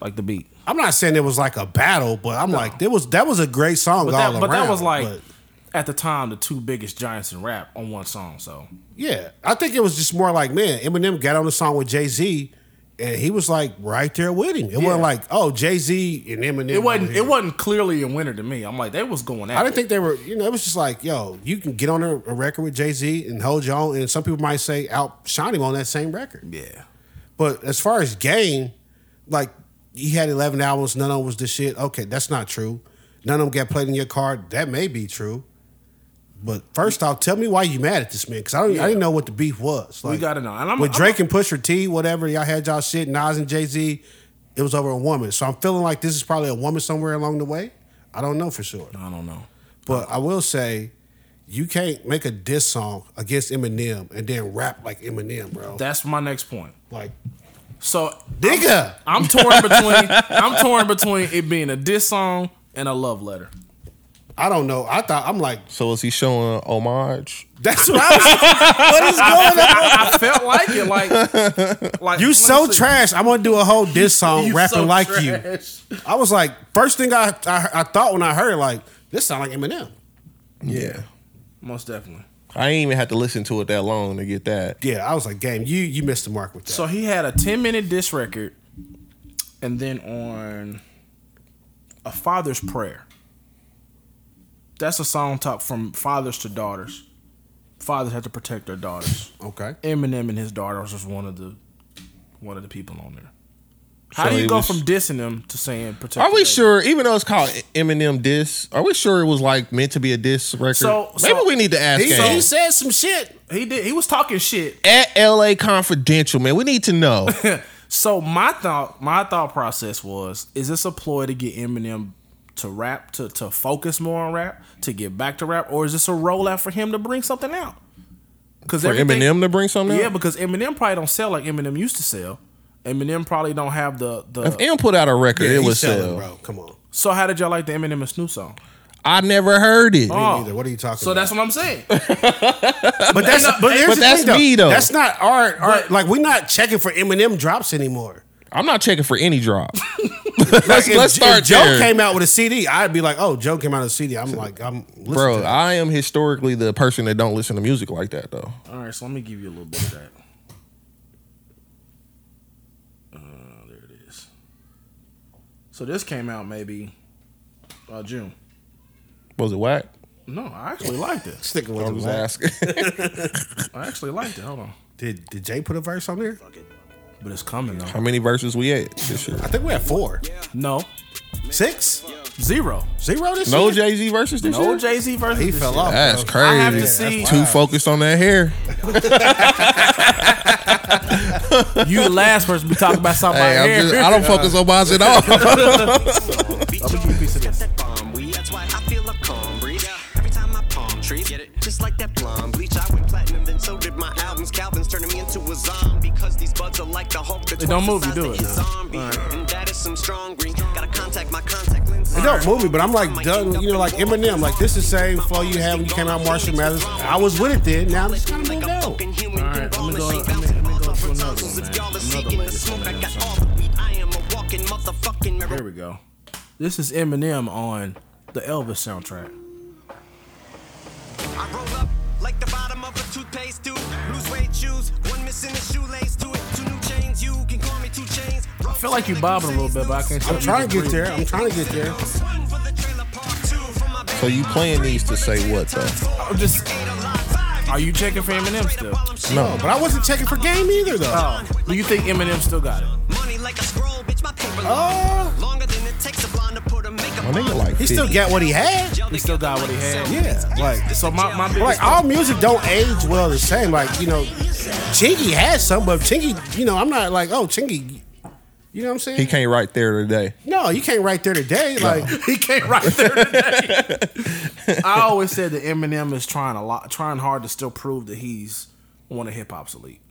Speaker 1: like the beat.
Speaker 3: I'm not saying it was like a battle, but I'm like, it was, that was a great song
Speaker 1: But
Speaker 3: all
Speaker 1: that, but that
Speaker 3: around,
Speaker 1: was like
Speaker 3: but-
Speaker 1: at the time the two biggest giants in rap on one song. So
Speaker 3: Yeah, I think it was just more like, man, Eminem got on the song with Jay Z, and he was like right there with him. It wasn't like, oh, Jay Z and Eminem.
Speaker 1: it wasn't
Speaker 3: over
Speaker 1: it
Speaker 3: here.
Speaker 1: wasn't clearly a winner to me. I'm like they was going
Speaker 3: I
Speaker 1: at
Speaker 3: didn't
Speaker 1: it.
Speaker 3: think they were. You know, it was just like, yo, you can get on a, a record with Jay Z and hold your own, and some people might say outshine him on that same record.
Speaker 1: Yeah,
Speaker 3: But as far as game, like he had eleven albums, none of them was the shit. Okay, that's not true. None of them got played in your car. That may be true. But first off, tell me why you mad at this man because I don't, I didn't know what the beef was. Like,
Speaker 1: gotta know. And I'm-
Speaker 3: with
Speaker 1: I'm-
Speaker 3: Drake and Pusher T, whatever y'all had y'all shit, Nas and Jay Z, it was over a woman. So I'm feeling like this is probably a woman somewhere along the way. I don't know for sure,
Speaker 1: I don't know.
Speaker 3: but I will say, you can't make a diss song against Eminem and then rap like Eminem, bro.
Speaker 1: That's my next point.
Speaker 3: like,
Speaker 1: So
Speaker 3: nigga,
Speaker 1: I'm torn between I'm torn between it being a diss song and a love letter.
Speaker 3: I don't know. I thought I'm like,
Speaker 2: So is he showing homage?
Speaker 3: that's what I was. what is going on?
Speaker 1: I, I felt like it. Like like
Speaker 3: You so
Speaker 1: honestly,
Speaker 3: trash. I'm gonna do a whole diss song
Speaker 1: you
Speaker 3: rapping
Speaker 1: so
Speaker 3: like you.
Speaker 1: trash.
Speaker 3: I was like, first thing I, I I thought when I heard it, like this sound like Eminem.
Speaker 2: Yeah.
Speaker 1: Most definitely.
Speaker 2: I ain't even had to listen to it that long to get that.
Speaker 3: Yeah, I was like, game, you you missed the mark with that.
Speaker 1: So he had a 10 minute diss record, and then on a father's prayer, that's a song talk from fathers to daughters. Fathers have to protect their daughters.
Speaker 3: Okay.
Speaker 1: Eminem and his daughters was one of the one of the people on there. How
Speaker 2: So
Speaker 1: do you
Speaker 2: it
Speaker 1: go
Speaker 2: was-
Speaker 1: from dissing them to saying protect?
Speaker 2: Are
Speaker 1: your
Speaker 2: we
Speaker 1: baby?
Speaker 2: sure, even though it's called Eminem Diss, are we sure it was like meant to be a diss record?
Speaker 1: So- so-
Speaker 2: Maybe we need to ask
Speaker 3: He,
Speaker 2: him.
Speaker 3: he said some shit.
Speaker 1: He did. He was talking shit.
Speaker 2: At LA Confidential, man, we need to know.
Speaker 1: So my thought, my thought process was: Is this a ploy to get Eminem to rap, to to focus more on rap, to get back to rap, or is this a rollout for him to bring something out? Because
Speaker 2: For Eminem to bring something
Speaker 1: yeah,
Speaker 2: out?
Speaker 1: because Eminem probably don't sell like Eminem used to sell. Eminem probably don't have the
Speaker 2: If
Speaker 1: the.
Speaker 2: M put out a record,
Speaker 3: Yeah,
Speaker 2: it
Speaker 3: he
Speaker 2: would
Speaker 3: selling,
Speaker 2: sell.
Speaker 3: bro. Come on.
Speaker 1: So how did y'all like the Eminem and Snoop song?
Speaker 2: I never heard it.
Speaker 1: Oh,
Speaker 3: Either. What are you talking
Speaker 1: so
Speaker 3: about?
Speaker 1: that's what I'm saying.
Speaker 3: But that's but, here's
Speaker 2: but
Speaker 3: the
Speaker 2: that's
Speaker 3: thing,
Speaker 2: me, though.
Speaker 3: That's not our, our
Speaker 1: But-
Speaker 3: like we're not checking for Eminem drops anymore.
Speaker 2: I'm not checking for any drop. let's
Speaker 3: If-
Speaker 2: let's
Speaker 3: if
Speaker 2: start
Speaker 3: Joe
Speaker 2: there.
Speaker 3: came out with a CD, I'd be like, oh, Joe came out with a CD. I'm like, I'm listening
Speaker 2: Bro,
Speaker 3: to it.
Speaker 2: I am historically the person that don't listen to music like that though.
Speaker 1: All right, so let me give you a little bit of that. Uh, there it is. So this came out maybe uh, June.
Speaker 2: Was it whack?
Speaker 1: No, I actually liked it.
Speaker 3: sticking with
Speaker 2: I
Speaker 3: him.
Speaker 2: was
Speaker 3: Zach.
Speaker 2: asking.
Speaker 1: I actually liked it. Hold on,
Speaker 3: Did did Jay put a verse on there?
Speaker 1: but it's coming
Speaker 2: How
Speaker 1: though.
Speaker 2: many verses we at this year?
Speaker 3: I think we had four,
Speaker 1: No,
Speaker 3: six,
Speaker 1: zero.
Speaker 3: zero this
Speaker 2: No
Speaker 3: year?
Speaker 2: Jay Z verses this
Speaker 1: No
Speaker 2: year.
Speaker 1: Jay Z versus.
Speaker 3: He
Speaker 1: this
Speaker 3: fell
Speaker 1: shit.
Speaker 3: off.
Speaker 2: That's
Speaker 3: bro.
Speaker 2: crazy.
Speaker 1: I have to see.
Speaker 2: Too focused on that hair.
Speaker 1: You the last person to talk about something.
Speaker 2: Hey,
Speaker 1: hey,
Speaker 2: I'm just, I don't focus on mine at all.
Speaker 1: Let me give you a piece of this.
Speaker 7: that bomb weed. That's why I feel a calm breeze. Every time I palm trees, get it? Just like that blonde bleach. I went platinum, then so did my albums. Calvin's turning me into a zombie. Cause these buds are like the Hulk. It
Speaker 1: don't move, you do it.
Speaker 7: Zombie. And that is some strong green. Gotta contact my contact lens.
Speaker 3: It don't move me, but I'm like done. You know, like Eminem. Like this is the same flow you had when you came out Marshall Mathers. I was with it then. Now I'm just kind of moved down.
Speaker 7: human
Speaker 1: All right, let me go. Let me, let me go to another one, man. Another latest
Speaker 7: smoke. I
Speaker 1: Eminem
Speaker 7: got
Speaker 1: song.
Speaker 7: all the weed. I am a walking motherfucking
Speaker 1: Here we go. This is Eminem on the Elvis soundtrack.
Speaker 7: I roll up like the bottom of a toothpaste tube. Lose weight shoes, one missing a shoelace to it. Two new chains, you can call me two chains. I
Speaker 1: feel like you bobbing a little bit, but I can't tell
Speaker 3: I'm
Speaker 1: you can
Speaker 3: trying to get
Speaker 1: breathe.
Speaker 3: there. I'm trying to get there.
Speaker 2: So you playing these to say what though?
Speaker 1: I'm just. Are you checking for Eminem still?
Speaker 3: No, but I wasn't checking for game either though.
Speaker 1: Do you think Eminem still got it?
Speaker 7: Money like a scroll, bitch, my paper
Speaker 3: Oh.
Speaker 7: long. Longer than it takes a blonde to put a makeup
Speaker 2: My nigga
Speaker 7: on.
Speaker 2: like
Speaker 3: He still
Speaker 2: 50.
Speaker 3: got what he had.
Speaker 7: Gel
Speaker 1: He still
Speaker 7: together
Speaker 1: got what he
Speaker 7: like
Speaker 1: had.
Speaker 7: cellmates.
Speaker 3: Yeah, like
Speaker 1: So my my
Speaker 3: But, like
Speaker 1: biggest-
Speaker 3: all music don't age well the same. Like you know, Chingy has some, but Chingy, you know, I'm not like oh Chingy. You know what I'm saying?
Speaker 2: He can't write there today.
Speaker 3: no, you can't write there today. Like
Speaker 1: he came right there today. I always said that Eminem is trying a lot, trying hard to still prove that he's one of hip hop's elite,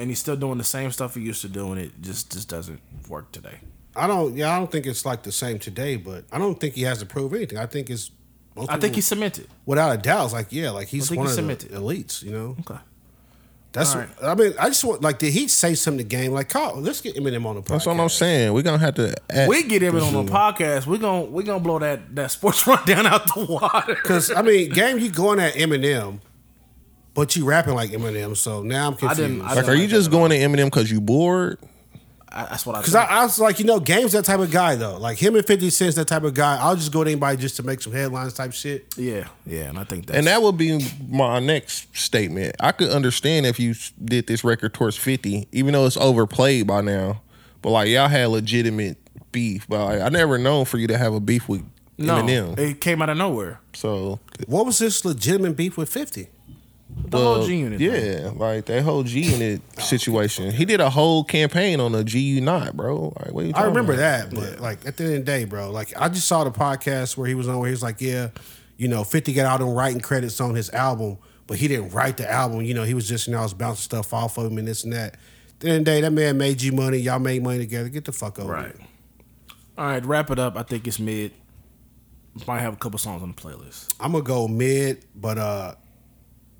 Speaker 1: and he's still doing the same stuff he used to do, and it just just doesn't work today.
Speaker 3: I don't. Yeah, I don't think it's like the same today. But I don't think he has to prove anything. I think it's. most
Speaker 1: I think
Speaker 3: people,
Speaker 1: he's cemented.
Speaker 3: without a doubt. It's like yeah, like
Speaker 1: I
Speaker 3: he's
Speaker 1: think
Speaker 3: one
Speaker 1: he's
Speaker 3: of
Speaker 1: cemented.
Speaker 3: the elites. You know,
Speaker 1: Okay.
Speaker 3: that's.
Speaker 1: All right.
Speaker 3: I mean, I just want like did he say something to game? Like, call, let's get Eminem on the podcast.
Speaker 2: That's what I'm saying. We're gonna have to. Add
Speaker 1: We get Eminem on
Speaker 2: this
Speaker 1: the
Speaker 2: is-
Speaker 1: podcast. We gon' we gonna blow that that sports rundown out the water.
Speaker 3: Because I mean, game, you going at Eminem, but you rapping like Eminem. So now I'm confused.
Speaker 1: didn't- I
Speaker 2: Like, are you just going to Eminem because you bored?
Speaker 1: I, that's what I.
Speaker 3: Cause I, I was like, you know, Game's that type of guy though. Like him and Fifty Cent's that type of guy. I'll just go to anybody just to make some headlines type shit.
Speaker 1: yeah, yeah, and I think that's,
Speaker 2: And that would be my next statement. I could understand if you s- did this record towards 50, even though it's overplayed by now. But like y'all had legitimate beef. But like, I never known for you to have a beef with
Speaker 1: no,
Speaker 2: Eminem.
Speaker 1: it came out of nowhere.
Speaker 2: so
Speaker 3: What was this legitimate beef with Fifty?
Speaker 1: The whole G unit.
Speaker 2: uh, Yeah, like that whole G unit situation. He did a whole campaign on a G U not, bro. Like, what you
Speaker 3: I
Speaker 2: talking
Speaker 3: remember
Speaker 2: about?
Speaker 3: that, but like at the end of the day, bro, like I just saw the podcast where he was on where he was like, Yeah, you know, 50 got out on writing credits on his album, but he didn't write the album. You know, he was just you know, I was bouncing stuff off of him and this and that. At the end of the day, that man made you money, y'all made money together. Get the fuck over
Speaker 1: Right.
Speaker 3: it.
Speaker 1: All right, wrap it up. I think it's mid. Might have a couple songs on the playlist.
Speaker 3: I'm gonna go mid, but uh,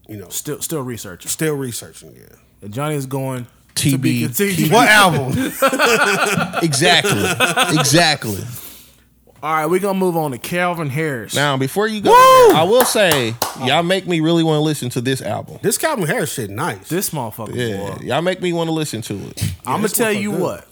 Speaker 3: you know,
Speaker 1: Still, still researching.
Speaker 3: still researching, yeah.
Speaker 1: And Johnny is going to be
Speaker 2: TB.
Speaker 1: continued.
Speaker 3: What album?
Speaker 2: Exactly. exactly.
Speaker 1: All right, we're gonna move on to Calvin Harris.
Speaker 2: Now, before you go, I will say, y'all make me really want to listen to this album.
Speaker 3: this Calvin Harris shit nice.
Speaker 1: this motherfucker.
Speaker 2: Yeah,
Speaker 1: boy.
Speaker 2: y'all make me want to listen to it.
Speaker 1: I'm gonna
Speaker 3: this
Speaker 1: tell
Speaker 3: motherfucker
Speaker 1: you
Speaker 3: good.
Speaker 1: what.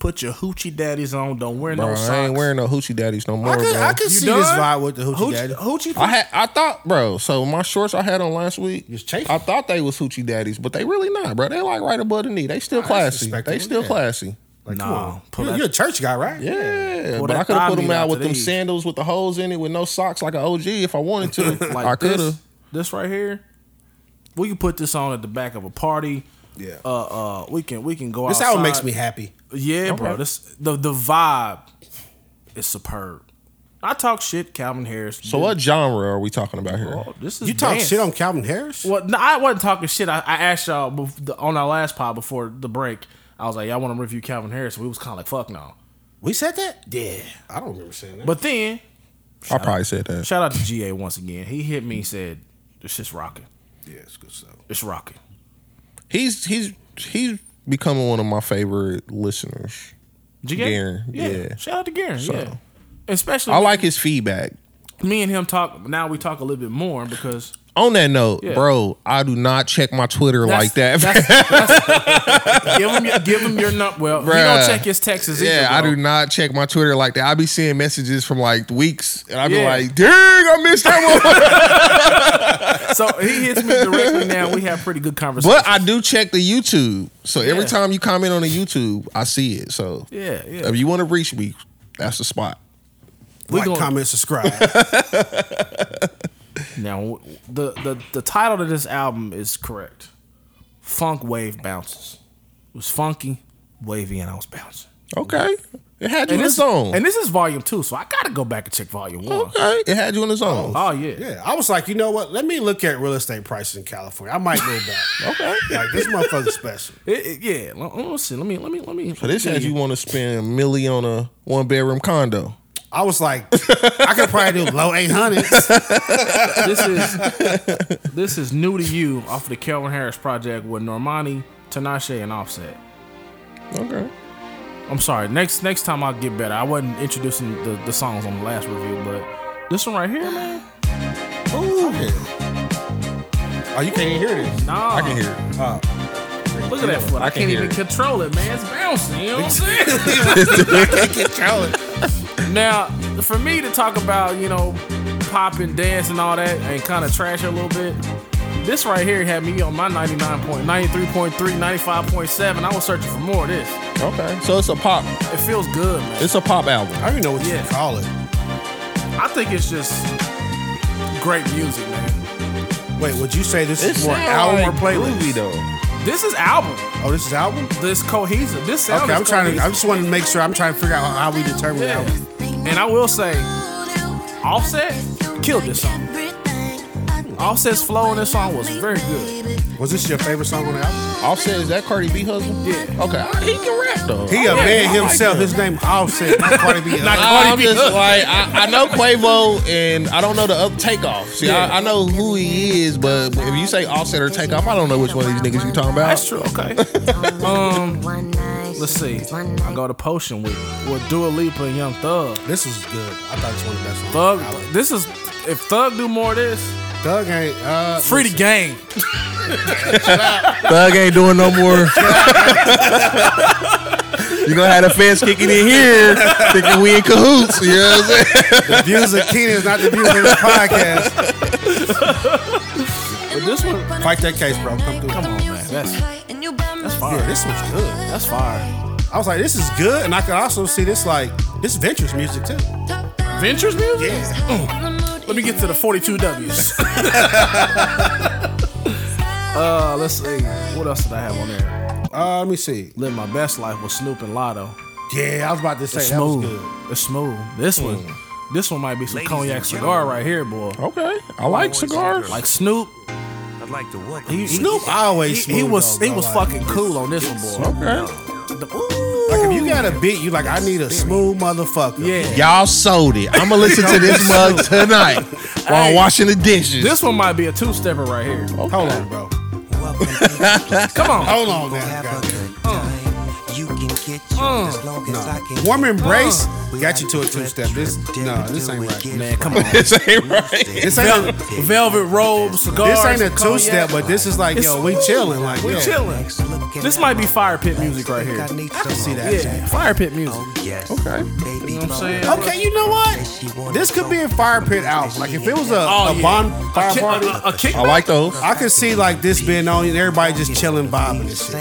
Speaker 1: Put your hoochie daddies on. Don't wear
Speaker 2: Bro,
Speaker 1: no socks.
Speaker 2: I ain't wearing no hoochie daddies no more.
Speaker 3: I could,
Speaker 2: bro.
Speaker 3: I could
Speaker 1: You
Speaker 3: see
Speaker 1: done?
Speaker 3: this vibe with the hoochie, daddy.
Speaker 1: Hoochie,
Speaker 2: I had I thought, bro. So my shorts I had on last week,
Speaker 3: was chafing.
Speaker 2: I thought they was hoochie daddies, but they really not, bro. They like right above the knee. They still classy.
Speaker 3: respectable,
Speaker 2: They still
Speaker 3: yeah.
Speaker 2: classy.
Speaker 3: Like,
Speaker 1: Nah,
Speaker 3: come on.
Speaker 1: pull
Speaker 3: You're,
Speaker 1: that-
Speaker 3: you're a church guy, right?
Speaker 2: Yeah,
Speaker 1: Pull
Speaker 2: but
Speaker 1: that
Speaker 2: I could
Speaker 1: thigh
Speaker 2: have put them
Speaker 1: meat
Speaker 2: out
Speaker 1: out
Speaker 2: with
Speaker 1: to
Speaker 2: them
Speaker 1: these.
Speaker 2: sandals with the holes in it with no socks like an OG if I wanted to.
Speaker 1: like
Speaker 2: I could
Speaker 1: this,
Speaker 2: have.
Speaker 1: this right here. We can put this on at the back of a party.
Speaker 3: Yeah.
Speaker 1: Uh, uh, we can we can go
Speaker 3: this
Speaker 1: outside.
Speaker 3: how it makes me happy.
Speaker 1: Yeah, bro. This the the vibe is superb. I talk shit, Calvin Harris.
Speaker 2: So what genre are we talking about here?
Speaker 1: Oh, this is
Speaker 3: You talk
Speaker 1: dance.
Speaker 3: shit on Calvin Harris?
Speaker 1: Well, no, I wasn't talking shit. I, I asked y'all bef- the, on our last pod before the break. I was like, y'all want to review Calvin Harris? We was kind of like, fuck no.
Speaker 3: We said that? Yeah. I don't remember saying that.
Speaker 1: But then,
Speaker 2: I probably said that.
Speaker 1: shout out to GA once again. He hit me and said, this shit's rocking.
Speaker 3: yeah, it's good stuff.
Speaker 1: It's rocking.
Speaker 2: He's he's he's becoming one of my favorite listeners.
Speaker 1: GA?
Speaker 2: Garen, yeah.
Speaker 1: Shout out to Garen.
Speaker 2: So.
Speaker 1: Yeah. Especially
Speaker 2: I like his feedback.
Speaker 1: me and him talk. Now we talk a little bit more because
Speaker 2: On that note,
Speaker 1: Yeah.
Speaker 2: bro, I do not check my Twitter like that.
Speaker 1: That's, that's- give him your, give him your number. Well, you don't
Speaker 2: Bruh.
Speaker 1: check his texts. either,
Speaker 2: yeah, I
Speaker 1: bro.
Speaker 2: do not check my Twitter like that. I be seeing messages from like weeks, and I be
Speaker 1: Yeah.
Speaker 2: like, "Dang, I missed that one."
Speaker 1: So he hits me directly now. We have pretty good conversations.
Speaker 2: but I do check the YouTube. So every
Speaker 1: Yeah.
Speaker 2: time you comment on the YouTube, I see it. So
Speaker 1: yeah, yeah.
Speaker 2: if you want to reach me, that's the spot.
Speaker 1: We
Speaker 3: like,
Speaker 1: gonna-
Speaker 3: comment, subscribe.
Speaker 1: Now, the, the the title of this album is correct. Funk Wave Bounces. It was funky, wavy, and I was bouncing.
Speaker 2: Okay, it had
Speaker 1: And
Speaker 2: you in the
Speaker 1: this,
Speaker 2: zone.
Speaker 1: and this is volume two, so I gotta go back and check volume one.
Speaker 2: okay, it had you in the zone.
Speaker 1: Oh yeah.
Speaker 3: yeah. I was like, you know what? Let me look at real estate prices in California. I might move
Speaker 1: oh.
Speaker 3: back.
Speaker 2: Okay,
Speaker 3: like, this motherfucker's special.
Speaker 1: It- it- yeah. Let, let me see. Let me let me let me.
Speaker 2: but this had you want to spend a million on a one bedroom condo.
Speaker 3: I was like, I could probably do low 800s.
Speaker 1: This is this is new to you off the Kelvin Harris project with Normani, Tinashe, and Offset.
Speaker 2: Okay,
Speaker 1: I'm sorry. Next next time I'll get better. I wasn't introducing the, the songs on the last review, but this one right here, man.
Speaker 3: Oh, you can't even hear this.
Speaker 1: Nah.
Speaker 2: I can hear it.
Speaker 1: Look at that foot. I,
Speaker 2: I can
Speaker 1: can't
Speaker 2: hear
Speaker 1: even
Speaker 2: it.
Speaker 1: control it, man. It's bouncing. You know what I'm saying? I can't control it. Now, for me to talk about, you know, pop and dance and all that and kind of trash a little bit, this right here had me on my 99.9, 93.3, 95.7. I was searching for more of this.
Speaker 2: Okay, so it's a pop.
Speaker 1: It feels good, man.
Speaker 2: It's a pop album.
Speaker 3: I don't even know what
Speaker 1: Yeah.
Speaker 3: you call it.
Speaker 1: I think it's just great music, man.
Speaker 3: Wait, would you say this is more
Speaker 2: sound
Speaker 3: album or
Speaker 2: like
Speaker 3: playlist?
Speaker 2: groovy, though.
Speaker 1: This is album.
Speaker 3: Oh, this is album?
Speaker 1: This cohesive. This sound
Speaker 3: Okay,
Speaker 1: is
Speaker 3: I'm trying to. I
Speaker 1: cohesive.
Speaker 3: just wanted to make sure. I'm trying to figure out how we determine
Speaker 1: Yeah.
Speaker 3: album.
Speaker 1: And I will say, Offset killed this song. Offset's flow in this song was very good.
Speaker 3: Was this your favorite song on the album?
Speaker 2: Offset is that Cardi B husband?
Speaker 1: Yeah.
Speaker 2: Okay, I- he can rap though.
Speaker 3: He a
Speaker 1: Oh, yeah,
Speaker 3: man
Speaker 1: I like
Speaker 3: himself. His name Offset. Not Cardi B.
Speaker 1: Not
Speaker 3: Uh,
Speaker 2: I'm just like I, I know Quavo and I don't know the up takeoff. See, I, I know who he is, but if you say Offset or takeoff, I don't know which one of these niggas you talking about.
Speaker 1: That's true. Okay. um, let's
Speaker 8: Let's
Speaker 1: see. I go to Potion with with Dua Lipa and Young Thug.
Speaker 3: This was good. I thought this was one of the best.
Speaker 1: Thug.
Speaker 3: songs on the album.
Speaker 1: This is if Thug do more of this,
Speaker 3: Thug ain't. Uh,
Speaker 1: free the game.
Speaker 2: Thug ain't doing no more. you gonna have the fans kicking in here thinking we in cahoots. You know what I'm saying?
Speaker 3: the views of Keenan is not the views of this podcast.
Speaker 1: But this one,
Speaker 3: Fight that case, bro. Come through.
Speaker 1: come on, man. That's that's fire.
Speaker 3: Yeah, this was good.
Speaker 1: that's fire.
Speaker 3: I was like, this is good, and I could also see this like this ventures music too.
Speaker 1: Ventures music. Oh, Let me get to the 42 Ws. uh, let's see. What else did I have on there?
Speaker 3: Uh, let me see.
Speaker 1: Live my best life with Snoop and Lotto.
Speaker 3: Yeah, I was about to say
Speaker 1: It's
Speaker 3: that was
Speaker 1: smooth.
Speaker 3: good.
Speaker 1: It's smooth. This one, this one might be some cognac cigar right here, boy.
Speaker 2: Okay, I like cigars.
Speaker 1: Like Snoop,
Speaker 7: I'd like to what?
Speaker 1: he,
Speaker 3: Snoop always
Speaker 1: he, he
Speaker 3: smooth,
Speaker 1: was
Speaker 3: though,
Speaker 1: he
Speaker 3: bro,
Speaker 1: was
Speaker 3: like-
Speaker 1: fucking cool on this one, boy.
Speaker 2: Okay,
Speaker 3: Like if you got a beat, you like I need a smooth motherfucker.
Speaker 1: Yeah,
Speaker 2: y'all sold it. I'm gonna listen to this mug tonight while
Speaker 1: Hey.
Speaker 2: washing the dishes.
Speaker 1: this one might be a two stepper right here.
Speaker 3: Hold on, bro.
Speaker 1: Come on,
Speaker 3: Hold on, man.
Speaker 7: You can get
Speaker 1: Uh.
Speaker 8: as long as I can.
Speaker 3: Warm embrace
Speaker 8: Uh, We
Speaker 3: got you to a
Speaker 8: gotta
Speaker 3: two step. This
Speaker 8: drift,
Speaker 3: no,
Speaker 8: drift,
Speaker 3: this
Speaker 8: do
Speaker 3: ain't
Speaker 8: it,
Speaker 3: right.
Speaker 8: get
Speaker 1: Man, come
Speaker 8: right.
Speaker 1: on.
Speaker 2: This ain't right.
Speaker 3: This ain't a,
Speaker 1: Velvet robe, cigars.
Speaker 3: this ain't a
Speaker 1: cognac.
Speaker 3: two step, but this is like
Speaker 1: It's-
Speaker 3: yo, we chilling like
Speaker 1: We
Speaker 3: yo.
Speaker 1: chilling.
Speaker 8: Looking
Speaker 1: This
Speaker 8: at
Speaker 1: might be
Speaker 8: my
Speaker 1: fire pit
Speaker 8: lights,
Speaker 1: music right
Speaker 8: think
Speaker 1: here.
Speaker 8: I need some more.
Speaker 1: Yeah, fire pit music.
Speaker 8: Yes.
Speaker 2: Okay.
Speaker 8: Baby,
Speaker 1: You know what I'm saying?
Speaker 3: Okay, you know what? This could be a fire pit album. Like if it was a,
Speaker 1: Oh,
Speaker 3: a
Speaker 1: yeah.
Speaker 3: bonfire
Speaker 1: a, ki- uh,
Speaker 3: party,
Speaker 1: a, a, a kick.
Speaker 2: I like those.
Speaker 3: I could see like this being on and everybody just chilling, vibing and shit.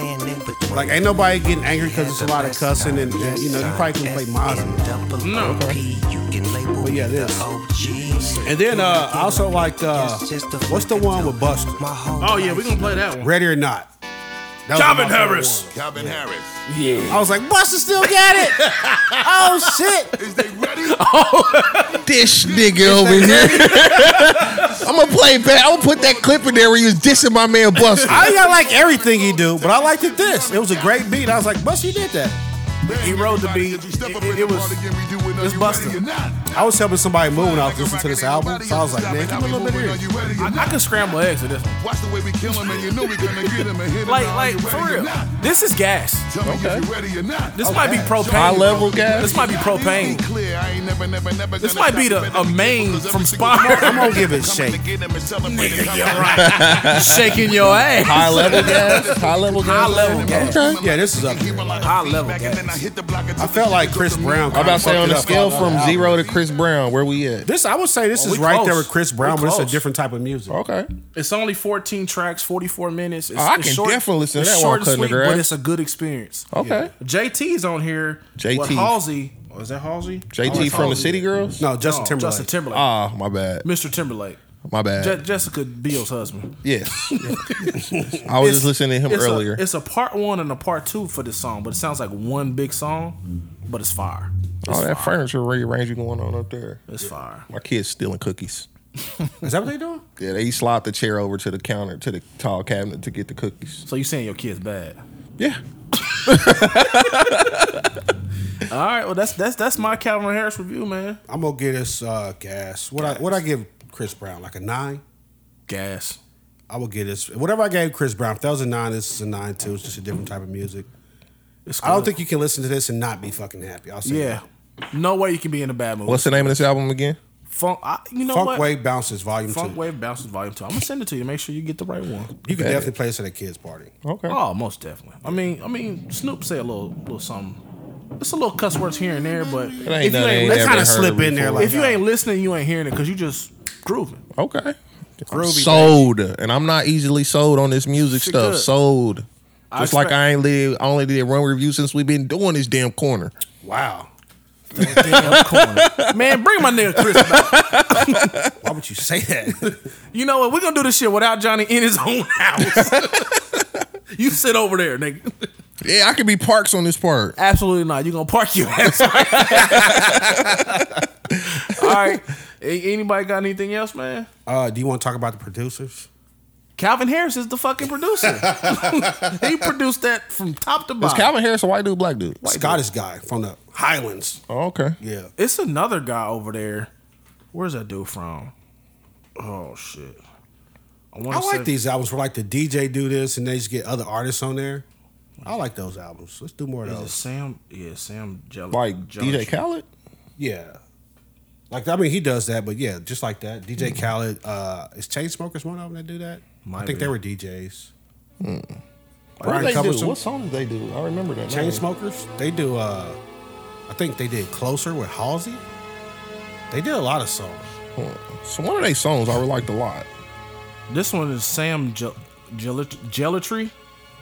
Speaker 8: shit.
Speaker 3: Like ain't nobody getting angry because it's a lot of cussing and, and, you know you probably can play Mozzie.
Speaker 1: No.
Speaker 8: But yeah,
Speaker 3: yeah, this.
Speaker 8: this.
Speaker 3: And then uh, I also like uh, what's the one with Buster?
Speaker 1: Oh yeah, we gonna play that one.
Speaker 3: Ready or not? That was
Speaker 1: Calvin
Speaker 3: my favorite
Speaker 1: Harris.
Speaker 3: one.
Speaker 9: Calvin Harris.
Speaker 3: I was like, Buster still got it. oh shit!
Speaker 9: Is they ready?
Speaker 2: This nigga over here. I'm gonna play back. I'm gonna put that clip in there where you was dissing my man Buster.
Speaker 3: I think I like everything he do, but I liked it this. It was a great beat. I was like, Buster, you did that.
Speaker 1: He rode the beat.
Speaker 9: You step up
Speaker 1: It-
Speaker 9: in
Speaker 1: it
Speaker 9: the
Speaker 1: was-
Speaker 9: was, again, we do it. Are
Speaker 1: it's
Speaker 9: you
Speaker 1: Busta.
Speaker 9: ready or not?
Speaker 3: I was helping somebody move when I was listening to this album, so I was like, man, give me a little bit of this.
Speaker 1: I could scramble eggs with this. One.
Speaker 9: Watch the way we kill him and you know we gonna get him and hit him.
Speaker 1: Like,
Speaker 9: Are
Speaker 1: like
Speaker 9: you
Speaker 1: for
Speaker 9: ready or
Speaker 1: real.
Speaker 9: not?
Speaker 1: This is gas.
Speaker 9: Tell me if you ready or not.
Speaker 1: This might be propane.
Speaker 2: High level gas?
Speaker 1: This might be propane. This might be the a main from
Speaker 3: I'm
Speaker 1: Spire.
Speaker 3: gonna give it a shake.
Speaker 1: shaking your ass.
Speaker 2: High level gas. High level gas.
Speaker 1: High level gas.
Speaker 2: Okay.
Speaker 3: Yeah, this is up there.
Speaker 1: High level gas.
Speaker 3: I felt like Chris Brown.
Speaker 2: I'm about to say on
Speaker 3: fucked it
Speaker 2: a
Speaker 3: up.
Speaker 2: scale from zero to Chris Brown, where we at?
Speaker 3: This I would say this
Speaker 1: Oh,
Speaker 3: is
Speaker 1: we
Speaker 3: right there
Speaker 1: close.
Speaker 3: with Chris
Speaker 1: We
Speaker 3: Brown, but it's a
Speaker 1: close.
Speaker 3: different type of music.
Speaker 2: Okay.
Speaker 1: It's only 14 tracks, 44 minutes. It's,
Speaker 2: Oh, I
Speaker 1: it's
Speaker 2: can
Speaker 1: short,
Speaker 2: definitely listen to
Speaker 1: it's
Speaker 2: that
Speaker 1: short
Speaker 2: while cutting
Speaker 1: and
Speaker 2: the
Speaker 1: sweet, but
Speaker 2: grass. Oh.
Speaker 1: it's a good experience.
Speaker 2: Okay.
Speaker 1: JT's on here.
Speaker 2: JT.
Speaker 1: With Halsey. Oh, is that Halsey? Oh,
Speaker 2: JT
Speaker 1: it's
Speaker 2: from the
Speaker 1: Halsey.
Speaker 2: City Girls.
Speaker 3: No, Oh, Justin
Speaker 1: No,
Speaker 3: Timberlake.
Speaker 1: Justin Timberlake.
Speaker 2: Ah, my bad.
Speaker 1: Mr. Timberlake.
Speaker 2: My bad.
Speaker 1: Je- Jessica Biel's husband.
Speaker 2: yes. I was just listening to him
Speaker 1: it's
Speaker 2: earlier.
Speaker 1: A, it's a part one and a part two for this song, but it sounds like one big song, but it's fire.
Speaker 2: All that furniture rearranging going on up there.
Speaker 1: It's fire.
Speaker 2: My kids stealing cookies.
Speaker 3: Is that what they doing?
Speaker 2: Yeah, they slide the chair over to the counter to the tall cabinet to get the cookies.
Speaker 1: So you saying your kid's bad?
Speaker 2: Yeah.
Speaker 1: All right. Well, that's that's that's my Calvin Harris review, man.
Speaker 3: I'm gonna give this uh, gas. What I what I give Chris Brown like a nine.
Speaker 1: Gas.
Speaker 3: I will give this whatever I gave Chris Brown. If that was a nine, this is a nine too. It's just a different type of music.
Speaker 1: It's
Speaker 3: I don't
Speaker 1: good.
Speaker 3: think you can listen to this and not be fucking happy. I'll say
Speaker 1: Yeah. No way you can be in a bad mood.
Speaker 2: What's the name of this album again?
Speaker 1: Funk? I, you know
Speaker 3: Funk
Speaker 1: what?
Speaker 3: Wave Bounces Volume
Speaker 1: Funk
Speaker 3: Two.
Speaker 1: Wave bounces volume two. I'm gonna send it to you. Make sure you get the right one.
Speaker 3: You can
Speaker 2: Bad.
Speaker 3: definitely play this at a kids party.
Speaker 2: Okay.
Speaker 1: Oh, most definitely. I mean, I mean, Snoop say a little, little something. It's a little cuss words here and there, but if
Speaker 2: It ain't
Speaker 1: you
Speaker 2: nothing.
Speaker 1: ain't,
Speaker 2: ain't
Speaker 3: they
Speaker 2: never
Speaker 3: kinda
Speaker 2: heard
Speaker 3: slip in
Speaker 2: before.
Speaker 3: there like-
Speaker 1: if you ain't listening, you ain't hearing it because you just grooving.
Speaker 2: okay. I'm sold, and I'm not easily sold on this music
Speaker 1: She
Speaker 2: stuff.
Speaker 1: good.
Speaker 2: Sold. Just
Speaker 1: I
Speaker 2: like
Speaker 1: expect-
Speaker 2: I ain't live, I only did one review since we've been doing this damn corner.
Speaker 3: Wow.
Speaker 1: Man, bring my nigga Chris back.
Speaker 3: Why would you say that?
Speaker 1: You know what? We're gonna do this shit without Johnny in his own house. you sit over there, nigga.
Speaker 2: Yeah, I could be Parks on this part.
Speaker 1: Absolutely not. You're gonna park your ass. All right. A- Anybody got anything else, man?
Speaker 3: uh, do you want to talk about the producers?
Speaker 1: Calvin Harris is the fucking producer. he produced that from top to
Speaker 2: Is
Speaker 1: bottom.
Speaker 2: Calvin Harris a white dude, black dude?
Speaker 3: Scottish guy from the Highlands.
Speaker 2: Oh, okay.
Speaker 3: Yeah.
Speaker 1: it's another guy over there. Where's that dude from? Oh shit. wanna
Speaker 3: I
Speaker 1: say-
Speaker 3: like these albums where like the DJ do this and they just get other artists on there. I like those albums. Let's do more of
Speaker 1: Is it
Speaker 3: those.
Speaker 1: Sam? Yeah, Sam. Jell-
Speaker 2: Like
Speaker 1: Jellison.
Speaker 2: DJ Khaled.
Speaker 3: Yeah. Like I mean, he does that, but yeah, just like that. DJ Khaled uh, is Chainsmokers one of them that do that. I
Speaker 1: Mm-hmm. Might
Speaker 3: think
Speaker 1: be.
Speaker 3: they were DJs.
Speaker 2: What
Speaker 3: Brian
Speaker 2: did they do?
Speaker 3: Cumberson.
Speaker 2: What song did they do? I remember that. name.
Speaker 3: Chainsmokers. They do. Uh, I think they did Closer with Halsey. They did a lot of songs.
Speaker 2: So one of their songs I liked a lot.
Speaker 1: This one is Sam Gel- Gel- Gelatry.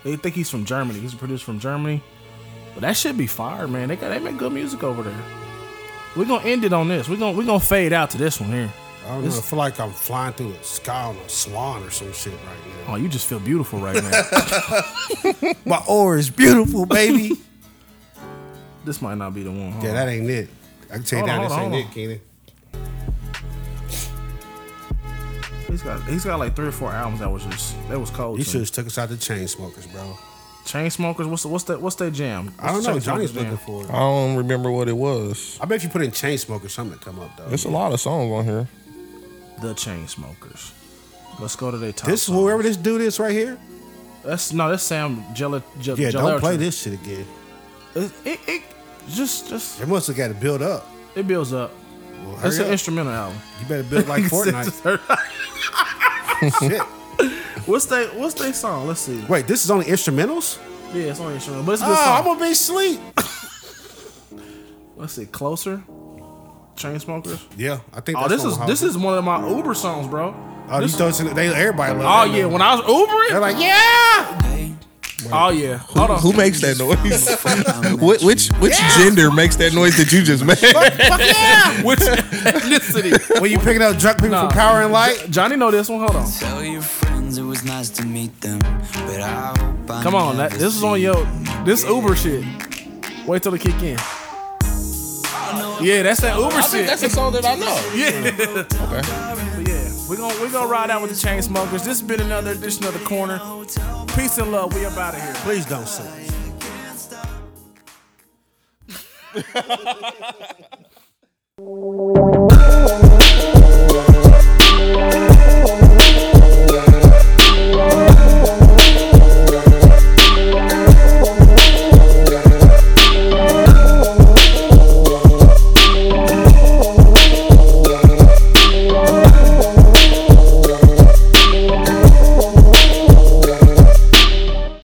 Speaker 1: They think he's from Germany. He's produced from Germany. But that should be fire, man. They got they make good music over there. We're gonna end it on this. We're gonna we're gonna fade out to this one here.
Speaker 3: I don't know. I feel like I'm flying through the sky on a swan or some shit right now.
Speaker 1: Oh, you just feel beautiful right now.
Speaker 3: My aura is beautiful, baby.
Speaker 1: this might not be the one. huh?
Speaker 3: yeah, that ain't it. I can tell you
Speaker 1: Hold
Speaker 3: that
Speaker 1: on,
Speaker 3: this
Speaker 1: hold on,
Speaker 3: ain't
Speaker 1: hold
Speaker 3: it,
Speaker 1: on.
Speaker 3: Keenan.
Speaker 1: He's got he's got like three or four albums that was just that was cold.
Speaker 3: You
Speaker 1: to
Speaker 3: should
Speaker 1: me.
Speaker 3: have took us out the chain smokers, bro.
Speaker 1: Chainsmokers. What's the, what's that what's that jam?
Speaker 3: I don't
Speaker 1: What's
Speaker 3: know.
Speaker 1: Chainsmokers
Speaker 3: Johnny's
Speaker 1: jam?
Speaker 3: looking for it.
Speaker 2: I don't remember what it was.
Speaker 3: I bet if you put in chain smokers, something to come up though.
Speaker 2: It's a lot of songs on here.
Speaker 1: the Chainsmokers. Let's go to their top.
Speaker 3: This
Speaker 1: songs.
Speaker 3: whoever this dude is right here.
Speaker 1: That's no, that's Sam Gel- Gel-
Speaker 3: Yeah,
Speaker 1: Gelatry.
Speaker 3: don't play this shit again.
Speaker 1: It, it, it just just
Speaker 3: It must have got to build up.
Speaker 1: it builds up.
Speaker 3: Well,
Speaker 1: It's
Speaker 3: hurry
Speaker 1: an
Speaker 3: up.
Speaker 1: instrumental album.
Speaker 3: You better build like Fortnite. Shit.
Speaker 1: what's they What's they song? Let's see.
Speaker 3: Wait, this is only instrumentals?
Speaker 1: Yeah, it's on instrumental, but it's a good
Speaker 3: Oh,
Speaker 1: song.
Speaker 3: I'm gonna be asleep.
Speaker 1: Let's see. Closer. Chain smokers.
Speaker 3: Yeah, I think.
Speaker 1: Oh, this
Speaker 3: that's on
Speaker 1: is
Speaker 3: Hot
Speaker 1: this
Speaker 3: Wheels.
Speaker 1: is one of my Uber songs, bro.
Speaker 3: Oh,
Speaker 1: This-
Speaker 3: these those they everybody.
Speaker 1: oh
Speaker 3: Love that
Speaker 1: yeah,
Speaker 3: one.
Speaker 1: when I was Ubering,
Speaker 3: they're like yeah.
Speaker 1: oh yeah. Hold on.
Speaker 2: Who makes that noise? which which, which gender makes that noise that you just made?
Speaker 1: Which ethnicity?
Speaker 3: when you picking up drunk people
Speaker 1: Nah.
Speaker 3: from Power and Light.
Speaker 1: Johnny know this one. Hold on.
Speaker 8: Tell your friends it was nice to meet them, but I hope I
Speaker 1: Come on. That,
Speaker 8: never
Speaker 1: this is
Speaker 8: see
Speaker 1: on yo. This Uber shit. Wait till it kick in. Yeah, that's that Uber shit.
Speaker 2: a song that I know.
Speaker 1: yeah.
Speaker 2: Okay.
Speaker 1: But yeah, we're gonna we're gonna ride out with the chain smokers. This has been another edition of the corner. Peace and love. We up out of here.
Speaker 3: Please don't sing.
Speaker 10: Thank